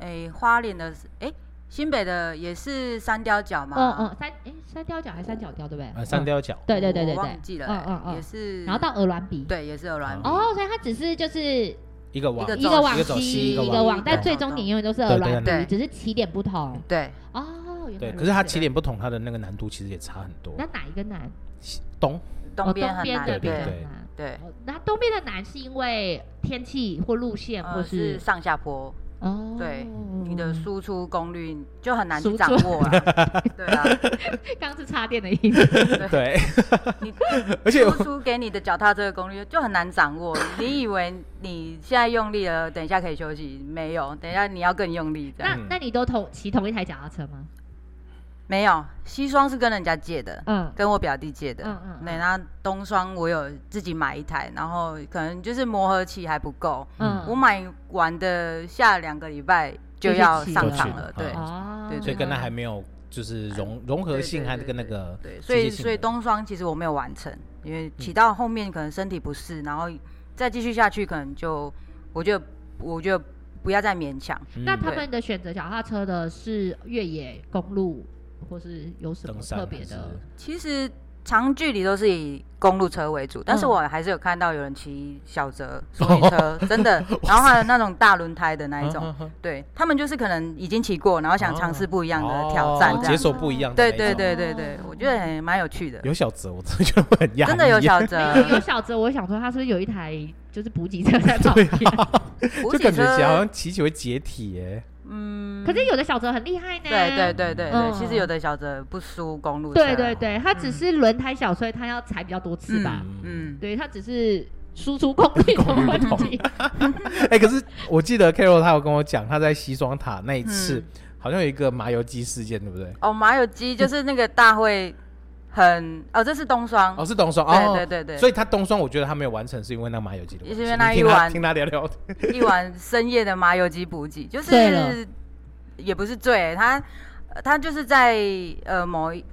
[SPEAKER 3] 诶花莲的诶新北的也是三雕角嘛，
[SPEAKER 1] 嗯嗯，三哎三雕角还是三角雕对不对？
[SPEAKER 2] 呃三
[SPEAKER 1] 嗯
[SPEAKER 2] 雕角，
[SPEAKER 1] 对对对对
[SPEAKER 3] 我
[SPEAKER 1] 对
[SPEAKER 3] 忘，记了、
[SPEAKER 1] 嗯嗯嗯
[SPEAKER 3] 也是，
[SPEAKER 1] 然后到鹅銮鼻。
[SPEAKER 3] 对也是有卵
[SPEAKER 1] 哦，所以它只是就是
[SPEAKER 2] 一个网
[SPEAKER 3] 一个
[SPEAKER 1] 一
[SPEAKER 3] 走
[SPEAKER 1] 个往
[SPEAKER 2] 一个走
[SPEAKER 1] 西，
[SPEAKER 2] 西一个
[SPEAKER 1] 个
[SPEAKER 2] 往
[SPEAKER 1] 往，
[SPEAKER 3] 东
[SPEAKER 1] 但
[SPEAKER 3] 对
[SPEAKER 1] 最
[SPEAKER 3] 走
[SPEAKER 1] 终
[SPEAKER 3] 东
[SPEAKER 1] 点永远都是鹅
[SPEAKER 2] 对
[SPEAKER 1] 銮
[SPEAKER 3] 对
[SPEAKER 1] 鼻，只是起点不同。
[SPEAKER 3] 对，
[SPEAKER 1] 哦，原来
[SPEAKER 2] 对，
[SPEAKER 1] 如
[SPEAKER 2] 可是它
[SPEAKER 1] 此
[SPEAKER 2] 起点不同，它的那个难度其实也差很多
[SPEAKER 1] 那。哪一个难？
[SPEAKER 2] 东
[SPEAKER 1] 哦
[SPEAKER 3] 东边很
[SPEAKER 1] 边
[SPEAKER 3] 难，
[SPEAKER 1] 的比
[SPEAKER 2] 对
[SPEAKER 1] 较
[SPEAKER 2] 对
[SPEAKER 1] 难。
[SPEAKER 3] 对，
[SPEAKER 1] 哦那东边的难是因为天气或路线，
[SPEAKER 3] 呃
[SPEAKER 1] 或
[SPEAKER 3] 是上下坡，
[SPEAKER 1] 哦，
[SPEAKER 3] 对你的输出功率就很难
[SPEAKER 1] 输
[SPEAKER 3] 去
[SPEAKER 1] 出
[SPEAKER 3] 掌握啊，对啊，
[SPEAKER 1] 刚刚是插电的意思。
[SPEAKER 2] 对，
[SPEAKER 3] 你
[SPEAKER 2] 而且
[SPEAKER 3] 输出给你的脚踏车的功率就很难掌握。你以为你现在用力了，等一下可以休息，没有，等一下你要更用力这
[SPEAKER 1] 那
[SPEAKER 3] 样。
[SPEAKER 1] 那你都同骑同一台脚踏车吗？
[SPEAKER 3] 没有，西双是跟人家借的，
[SPEAKER 1] 嗯
[SPEAKER 3] 跟我表弟借的。
[SPEAKER 1] 嗯嗯嗯
[SPEAKER 3] 对，那东双我有自己买一台，然后可能就是磨合期还不够，
[SPEAKER 1] 嗯，
[SPEAKER 3] 我买完的下两个礼拜就
[SPEAKER 1] 就去
[SPEAKER 3] 要
[SPEAKER 1] 骑
[SPEAKER 3] 上
[SPEAKER 1] 了
[SPEAKER 3] 场了。对，
[SPEAKER 1] 哦，
[SPEAKER 3] 对对
[SPEAKER 2] 所以跟它还没有就是融融合性和跟那个
[SPEAKER 3] 嗯对，所
[SPEAKER 2] 世界
[SPEAKER 3] 以
[SPEAKER 2] 性
[SPEAKER 3] 所以
[SPEAKER 2] 的
[SPEAKER 3] 冬霜其实我没有完成，
[SPEAKER 2] 嗯
[SPEAKER 3] 因为骑到后面可能身体不适，然后再继续下去可能就，我觉得我觉得不要再勉强，
[SPEAKER 2] 嗯
[SPEAKER 1] 那他们的选择脚踏车的是越野公路，或是有什么
[SPEAKER 2] 登山
[SPEAKER 1] 特别
[SPEAKER 2] 还
[SPEAKER 1] 的
[SPEAKER 2] 是？
[SPEAKER 3] 其实。长距离都是以公路车为主，但是
[SPEAKER 1] 嗯
[SPEAKER 3] 我还是有看到有人骑小折淑女 车，真的，然后还有那种大轮胎的那一
[SPEAKER 2] 嗯
[SPEAKER 3] 种，对他们就是可能已经骑过，然后想尝试不一样的挑战
[SPEAKER 2] 哦
[SPEAKER 3] 这
[SPEAKER 2] 解
[SPEAKER 3] 样。
[SPEAKER 2] 锁不一样的那
[SPEAKER 3] 对
[SPEAKER 2] 一种。
[SPEAKER 3] 对对对对，我觉得还蛮有趣的，
[SPEAKER 2] 有小泽，我真的觉得会很压抑。
[SPEAKER 3] 真的有小折
[SPEAKER 1] 没 有有小泽，我想说他是不是有一台就是补给车在旁
[SPEAKER 2] 对
[SPEAKER 1] 边？
[SPEAKER 2] 啊，
[SPEAKER 3] 补
[SPEAKER 2] 就
[SPEAKER 3] 给
[SPEAKER 2] 感觉
[SPEAKER 3] 车，
[SPEAKER 2] 好像骑起会解体耶。
[SPEAKER 3] 嗯
[SPEAKER 1] 可是有的小泽很厉害呢。
[SPEAKER 3] 对对对对
[SPEAKER 1] 啊嗯
[SPEAKER 3] 对，其实有的小折不输公路车。
[SPEAKER 1] 对对对，他只
[SPEAKER 2] 嗯
[SPEAKER 1] 是轮胎小，所以他要踩比较多次吧。
[SPEAKER 3] 嗯，
[SPEAKER 1] 对，他只是输出功率的
[SPEAKER 2] 功率不
[SPEAKER 1] 问
[SPEAKER 2] 同
[SPEAKER 1] 题。
[SPEAKER 3] 嗯
[SPEAKER 2] 哎、可是我记得 Carol 他有跟我讲，他在西双塔那一次、
[SPEAKER 3] 嗯
[SPEAKER 2] 好像有一个麻油鸡事件，对不对？
[SPEAKER 3] 哦，麻油鸡就是那个大会很哦，这是冬霜，
[SPEAKER 2] 哦，是冬霜哦，
[SPEAKER 3] 对对对对，
[SPEAKER 2] 所以他冬霜我觉得他没有完成，是因为那麻油鸡的关
[SPEAKER 3] 也
[SPEAKER 2] 系。
[SPEAKER 3] 是因为那
[SPEAKER 2] 你听
[SPEAKER 3] 一
[SPEAKER 2] 他
[SPEAKER 3] 碗
[SPEAKER 2] 听他聊聊，
[SPEAKER 3] 一碗深夜的麻油鸡 补给，就
[SPEAKER 1] 醉了
[SPEAKER 3] 是也不是醉，他呃他就是在呃某一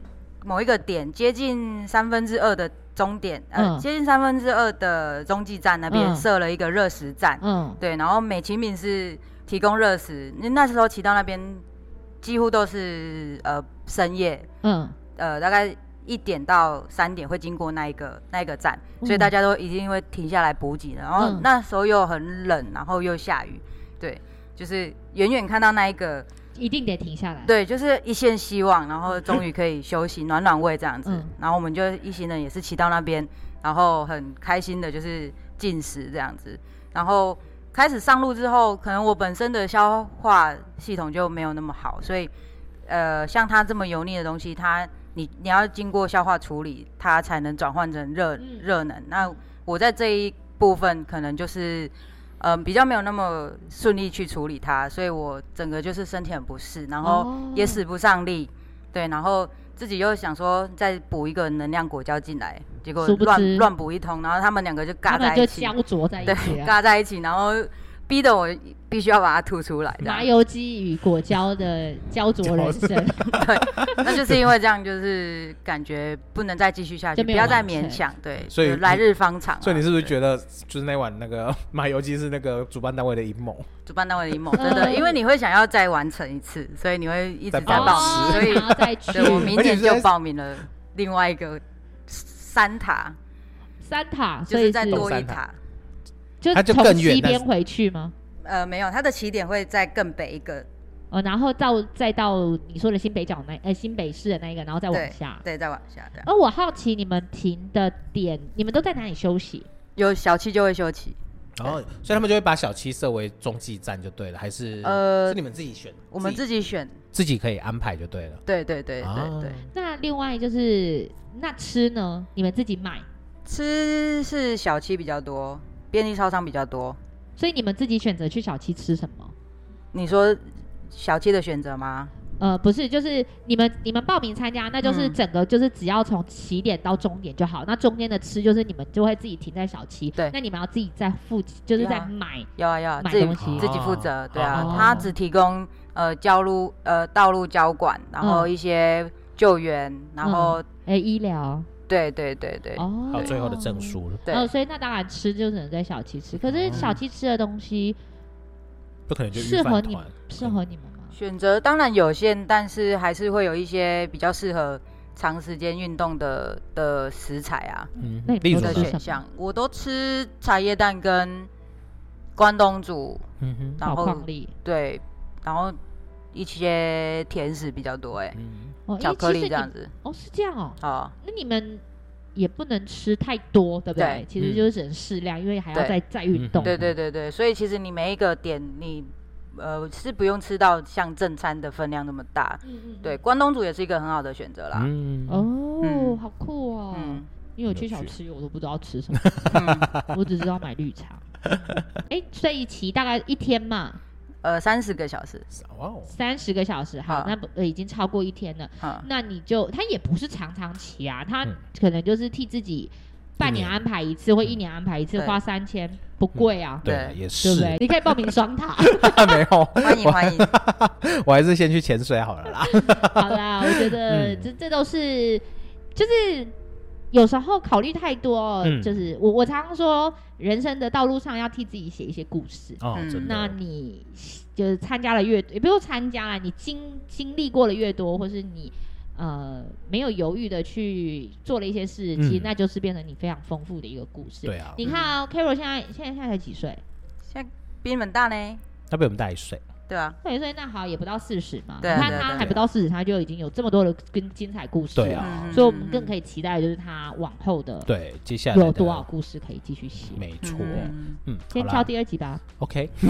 [SPEAKER 3] 某一个点接近三分之二的终点，呃、
[SPEAKER 1] 嗯
[SPEAKER 3] 接近三分之二的中继站那边
[SPEAKER 1] 嗯
[SPEAKER 3] 设了一个热食站，
[SPEAKER 1] 嗯，
[SPEAKER 3] 对，然后美其名是提供热食，那那时候骑到那边几乎都是呃深夜，
[SPEAKER 1] 嗯，
[SPEAKER 3] 呃大概。一点到三点会经过那一个那一个站，所以
[SPEAKER 1] 嗯
[SPEAKER 3] 大家都一定会停下来补给的。然后
[SPEAKER 1] 嗯
[SPEAKER 3] 那时候又很冷，然后又下雨，对，就是远远看到那一个，
[SPEAKER 1] 一定得停下来。
[SPEAKER 3] 对，就是一线希望，然后终于可以休息暖暖胃这样子
[SPEAKER 1] 嗯。
[SPEAKER 3] 然后我们就一行人也是骑到那边，然后很开心的就是进食这样子。然后开始上路之后，可能我本身的消化系统就没有那么好，所以呃，像它这么油腻的东西，它你你要经过消化处理，它才能转换成热
[SPEAKER 1] 嗯
[SPEAKER 3] 热能。那我在这一部分可能就是。嗯，比较没有那么顺利去处理它，所以我整个就是身体很不适，然后
[SPEAKER 1] 哦
[SPEAKER 3] 也使不上力，对，然后自己又想说再补一个能量果胶进来，结果
[SPEAKER 1] 殊不知
[SPEAKER 3] 乱乱补一通，然后他们两个就
[SPEAKER 1] 他
[SPEAKER 3] 尬
[SPEAKER 1] 们
[SPEAKER 3] 在
[SPEAKER 1] 就
[SPEAKER 3] 一起，
[SPEAKER 1] 焦灼在一
[SPEAKER 3] 对
[SPEAKER 1] 起，啊了。
[SPEAKER 3] 尬在一起，然后逼得我必须要把它吐出来，这样
[SPEAKER 1] 麻油鸡与果胶的焦灼人生，
[SPEAKER 3] 那就是因为这样，就是感觉不能再继续下去，
[SPEAKER 1] 就没有
[SPEAKER 3] 不要再
[SPEAKER 1] 完
[SPEAKER 3] 勉
[SPEAKER 1] 成
[SPEAKER 3] 强，对，
[SPEAKER 2] 所以
[SPEAKER 3] 就来日方长啊、
[SPEAKER 2] 所以你是不是
[SPEAKER 3] 对
[SPEAKER 2] 觉得就是那碗那个 麻油鸡是那个主办单位的阴谋？
[SPEAKER 3] 主办单位的阴谋真的？
[SPEAKER 1] 嗯
[SPEAKER 3] 因为你会想要再完成一次，所以你会一直
[SPEAKER 2] 再
[SPEAKER 3] 在
[SPEAKER 2] 报
[SPEAKER 3] 报
[SPEAKER 1] 哦
[SPEAKER 3] 名，所以
[SPEAKER 1] 然后再去
[SPEAKER 3] 对我明
[SPEAKER 2] 而且
[SPEAKER 3] 年
[SPEAKER 2] 是
[SPEAKER 3] 就
[SPEAKER 2] 在
[SPEAKER 3] 报名了另外一个三塔，
[SPEAKER 1] 三塔，
[SPEAKER 3] 就
[SPEAKER 1] 所以
[SPEAKER 3] 是
[SPEAKER 1] 是
[SPEAKER 3] 再
[SPEAKER 2] 懂
[SPEAKER 3] 多一
[SPEAKER 2] 三塔
[SPEAKER 3] 塔。
[SPEAKER 1] 就
[SPEAKER 2] 它就
[SPEAKER 1] 从
[SPEAKER 2] 更远
[SPEAKER 1] 西
[SPEAKER 2] 但
[SPEAKER 1] 边
[SPEAKER 2] 是
[SPEAKER 1] 回去吗？
[SPEAKER 3] 呃，没有，它的起点会在更北一个，
[SPEAKER 1] 哦，然后到再到你说的新北角那呃新北市的那一个，然后再往下。
[SPEAKER 3] 对，再往下这样。
[SPEAKER 1] 而我好奇你们停的点，你们都在哪里休息？
[SPEAKER 3] 有小七就会休息，
[SPEAKER 2] 然后，所以他们就会把小七设为中继站就对了，还是
[SPEAKER 3] 呃
[SPEAKER 2] 是你们自己选？
[SPEAKER 3] 我们
[SPEAKER 2] 自己
[SPEAKER 3] 自己选。
[SPEAKER 2] 自己可以安排就对了。
[SPEAKER 3] 对对对对对，
[SPEAKER 2] 啊
[SPEAKER 1] 那另外就是那吃呢，你们自己买，
[SPEAKER 3] 吃是小七比较多，便利超商比较多。
[SPEAKER 1] 所以你们自己选择去小七吃什么？
[SPEAKER 3] 你说小七的选择吗？
[SPEAKER 1] 呃，不是，就是你们你们报名参加，那就是
[SPEAKER 3] 嗯
[SPEAKER 1] 整个就是只要从起点到终点就好。那中间的吃就是你们就会自己停在小七，
[SPEAKER 3] 对
[SPEAKER 1] 那你们要自己再付，就是
[SPEAKER 3] 对
[SPEAKER 1] 在
[SPEAKER 3] 啊
[SPEAKER 1] 买
[SPEAKER 3] 要啊要啊，
[SPEAKER 1] 买
[SPEAKER 3] 自己
[SPEAKER 1] 东西
[SPEAKER 3] 自己负责。
[SPEAKER 2] 哦
[SPEAKER 3] 对啊，
[SPEAKER 1] 哦
[SPEAKER 3] 他只提供呃交路呃道路交管，然后
[SPEAKER 1] 嗯
[SPEAKER 3] 一些救援，然后
[SPEAKER 1] 哎、医疗
[SPEAKER 3] 对对对对
[SPEAKER 1] 哦，
[SPEAKER 2] 还有最后的证。书了，
[SPEAKER 3] 对
[SPEAKER 1] 哦，所以那当然吃就只能在小七吃，可是
[SPEAKER 2] 哦
[SPEAKER 1] 小七吃的东西
[SPEAKER 2] 不可能就
[SPEAKER 1] 适
[SPEAKER 2] 预
[SPEAKER 1] 合
[SPEAKER 2] 饭
[SPEAKER 1] 你
[SPEAKER 2] 团。
[SPEAKER 1] 适合你们吗？
[SPEAKER 3] 选择当然有限，但是还是会有一些比较适合长时间运动的的食材啊
[SPEAKER 2] 嗯
[SPEAKER 1] 那你
[SPEAKER 2] 例如
[SPEAKER 1] 说
[SPEAKER 3] 的
[SPEAKER 1] 是什
[SPEAKER 2] 呢，
[SPEAKER 1] 么
[SPEAKER 3] 选项。我都吃茶叶蛋跟关东煮，
[SPEAKER 2] 嗯哼，
[SPEAKER 3] 然
[SPEAKER 1] 宝
[SPEAKER 3] 后
[SPEAKER 1] 矿力
[SPEAKER 3] 对，然后一些甜食比较多、欸，
[SPEAKER 2] 嗯
[SPEAKER 1] 哦，因
[SPEAKER 3] 巧
[SPEAKER 1] 为
[SPEAKER 3] 克
[SPEAKER 1] 其
[SPEAKER 3] 力
[SPEAKER 1] 实
[SPEAKER 3] 这样
[SPEAKER 1] 你
[SPEAKER 3] 子
[SPEAKER 1] 哦是这样哦，
[SPEAKER 3] 哦。
[SPEAKER 1] 那你们也不能吃太多，对不对
[SPEAKER 3] 对？
[SPEAKER 1] 其实
[SPEAKER 2] 嗯
[SPEAKER 1] 就是只能适量，因为还要
[SPEAKER 3] 对
[SPEAKER 1] 再再运
[SPEAKER 2] 嗯
[SPEAKER 1] 动。
[SPEAKER 3] 对对对对，所以其实你每一个点你呃是不用吃到像正餐的分量那么大。
[SPEAKER 1] 嗯嗯嗯
[SPEAKER 3] 对，关东煮也是一个很好的选择啦。
[SPEAKER 2] 嗯，
[SPEAKER 1] 哦，
[SPEAKER 3] 嗯
[SPEAKER 1] 好酷哦！
[SPEAKER 3] 嗯
[SPEAKER 1] 因为我去
[SPEAKER 2] 有
[SPEAKER 1] 小
[SPEAKER 2] 趣
[SPEAKER 1] 吃，我都不知道吃什么，
[SPEAKER 3] 嗯
[SPEAKER 1] 我只知道买绿 茶。哎，所以骑大概一天嘛，
[SPEAKER 3] 呃，三十个小时，
[SPEAKER 2] 哇哦，
[SPEAKER 1] 三十个小时，好
[SPEAKER 3] 好，
[SPEAKER 1] 那不呃已经超过一天了。
[SPEAKER 3] 嗯，
[SPEAKER 1] 那你就他也不是常常骑啊，他
[SPEAKER 2] 啊嗯
[SPEAKER 1] 可能就是替自己半
[SPEAKER 2] 一
[SPEAKER 1] 年
[SPEAKER 2] 年
[SPEAKER 1] 安排一次或一年安排一次，
[SPEAKER 3] 对
[SPEAKER 1] 花三千不贵啊，
[SPEAKER 2] 嗯对
[SPEAKER 3] 对
[SPEAKER 2] 啊，也
[SPEAKER 1] 对不
[SPEAKER 2] 是，
[SPEAKER 1] 对？你可以报名双塔。
[SPEAKER 2] 没有，
[SPEAKER 1] 哎
[SPEAKER 3] 欢迎欢迎，
[SPEAKER 2] 我还是先去潜水好了啦。
[SPEAKER 1] 好啦，我觉得
[SPEAKER 2] 嗯
[SPEAKER 1] 这这都是就是。有时候考虑太多，
[SPEAKER 2] 嗯
[SPEAKER 1] 就是我我常常说，人生的道路上要替自己写一些故事。
[SPEAKER 2] 哦，
[SPEAKER 3] 嗯
[SPEAKER 2] 真
[SPEAKER 1] 那
[SPEAKER 2] 的，
[SPEAKER 1] 你就是参加了越多，也不用参加了，你经经历过了越多，或是你呃没有犹豫的去做了一些事，
[SPEAKER 2] 嗯
[SPEAKER 1] 其实那就是变成你非常丰富的一个故事。
[SPEAKER 2] 对啊，
[SPEAKER 1] 你看啊、c a r o l 现在现在现在才几岁？
[SPEAKER 3] 现在 比你们大呢，
[SPEAKER 2] 他被我们带水，
[SPEAKER 3] 对吧、
[SPEAKER 1] 对，所以那好也不到四十嘛。
[SPEAKER 3] 对啊
[SPEAKER 1] 你看
[SPEAKER 3] 对啊对
[SPEAKER 1] 他
[SPEAKER 3] 啊
[SPEAKER 1] 还不到四十，他就已经有这么多的跟精彩故事
[SPEAKER 2] 对
[SPEAKER 1] 了。
[SPEAKER 2] 啊
[SPEAKER 3] 嗯
[SPEAKER 1] 哦所以我们更可以期待，就是他往后的
[SPEAKER 2] 对，接下来
[SPEAKER 1] 有
[SPEAKER 2] 的
[SPEAKER 1] 多少？故事可以继续写。
[SPEAKER 2] 没错，
[SPEAKER 3] 嗯
[SPEAKER 2] 嗯，
[SPEAKER 1] 先
[SPEAKER 2] 好
[SPEAKER 1] 挑
[SPEAKER 2] 啦
[SPEAKER 1] 第二集吧。
[SPEAKER 2] OK，
[SPEAKER 1] 好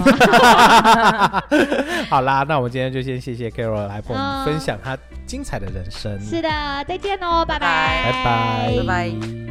[SPEAKER 2] 好啦，那我们今天就先谢谢 Carol 来帮我
[SPEAKER 1] 嗯
[SPEAKER 2] 们分享她精彩的人生，
[SPEAKER 1] 是的，再见哦，拜
[SPEAKER 2] 嗯
[SPEAKER 3] 拜
[SPEAKER 2] 拜
[SPEAKER 1] 拜
[SPEAKER 2] 拜
[SPEAKER 3] 拜拜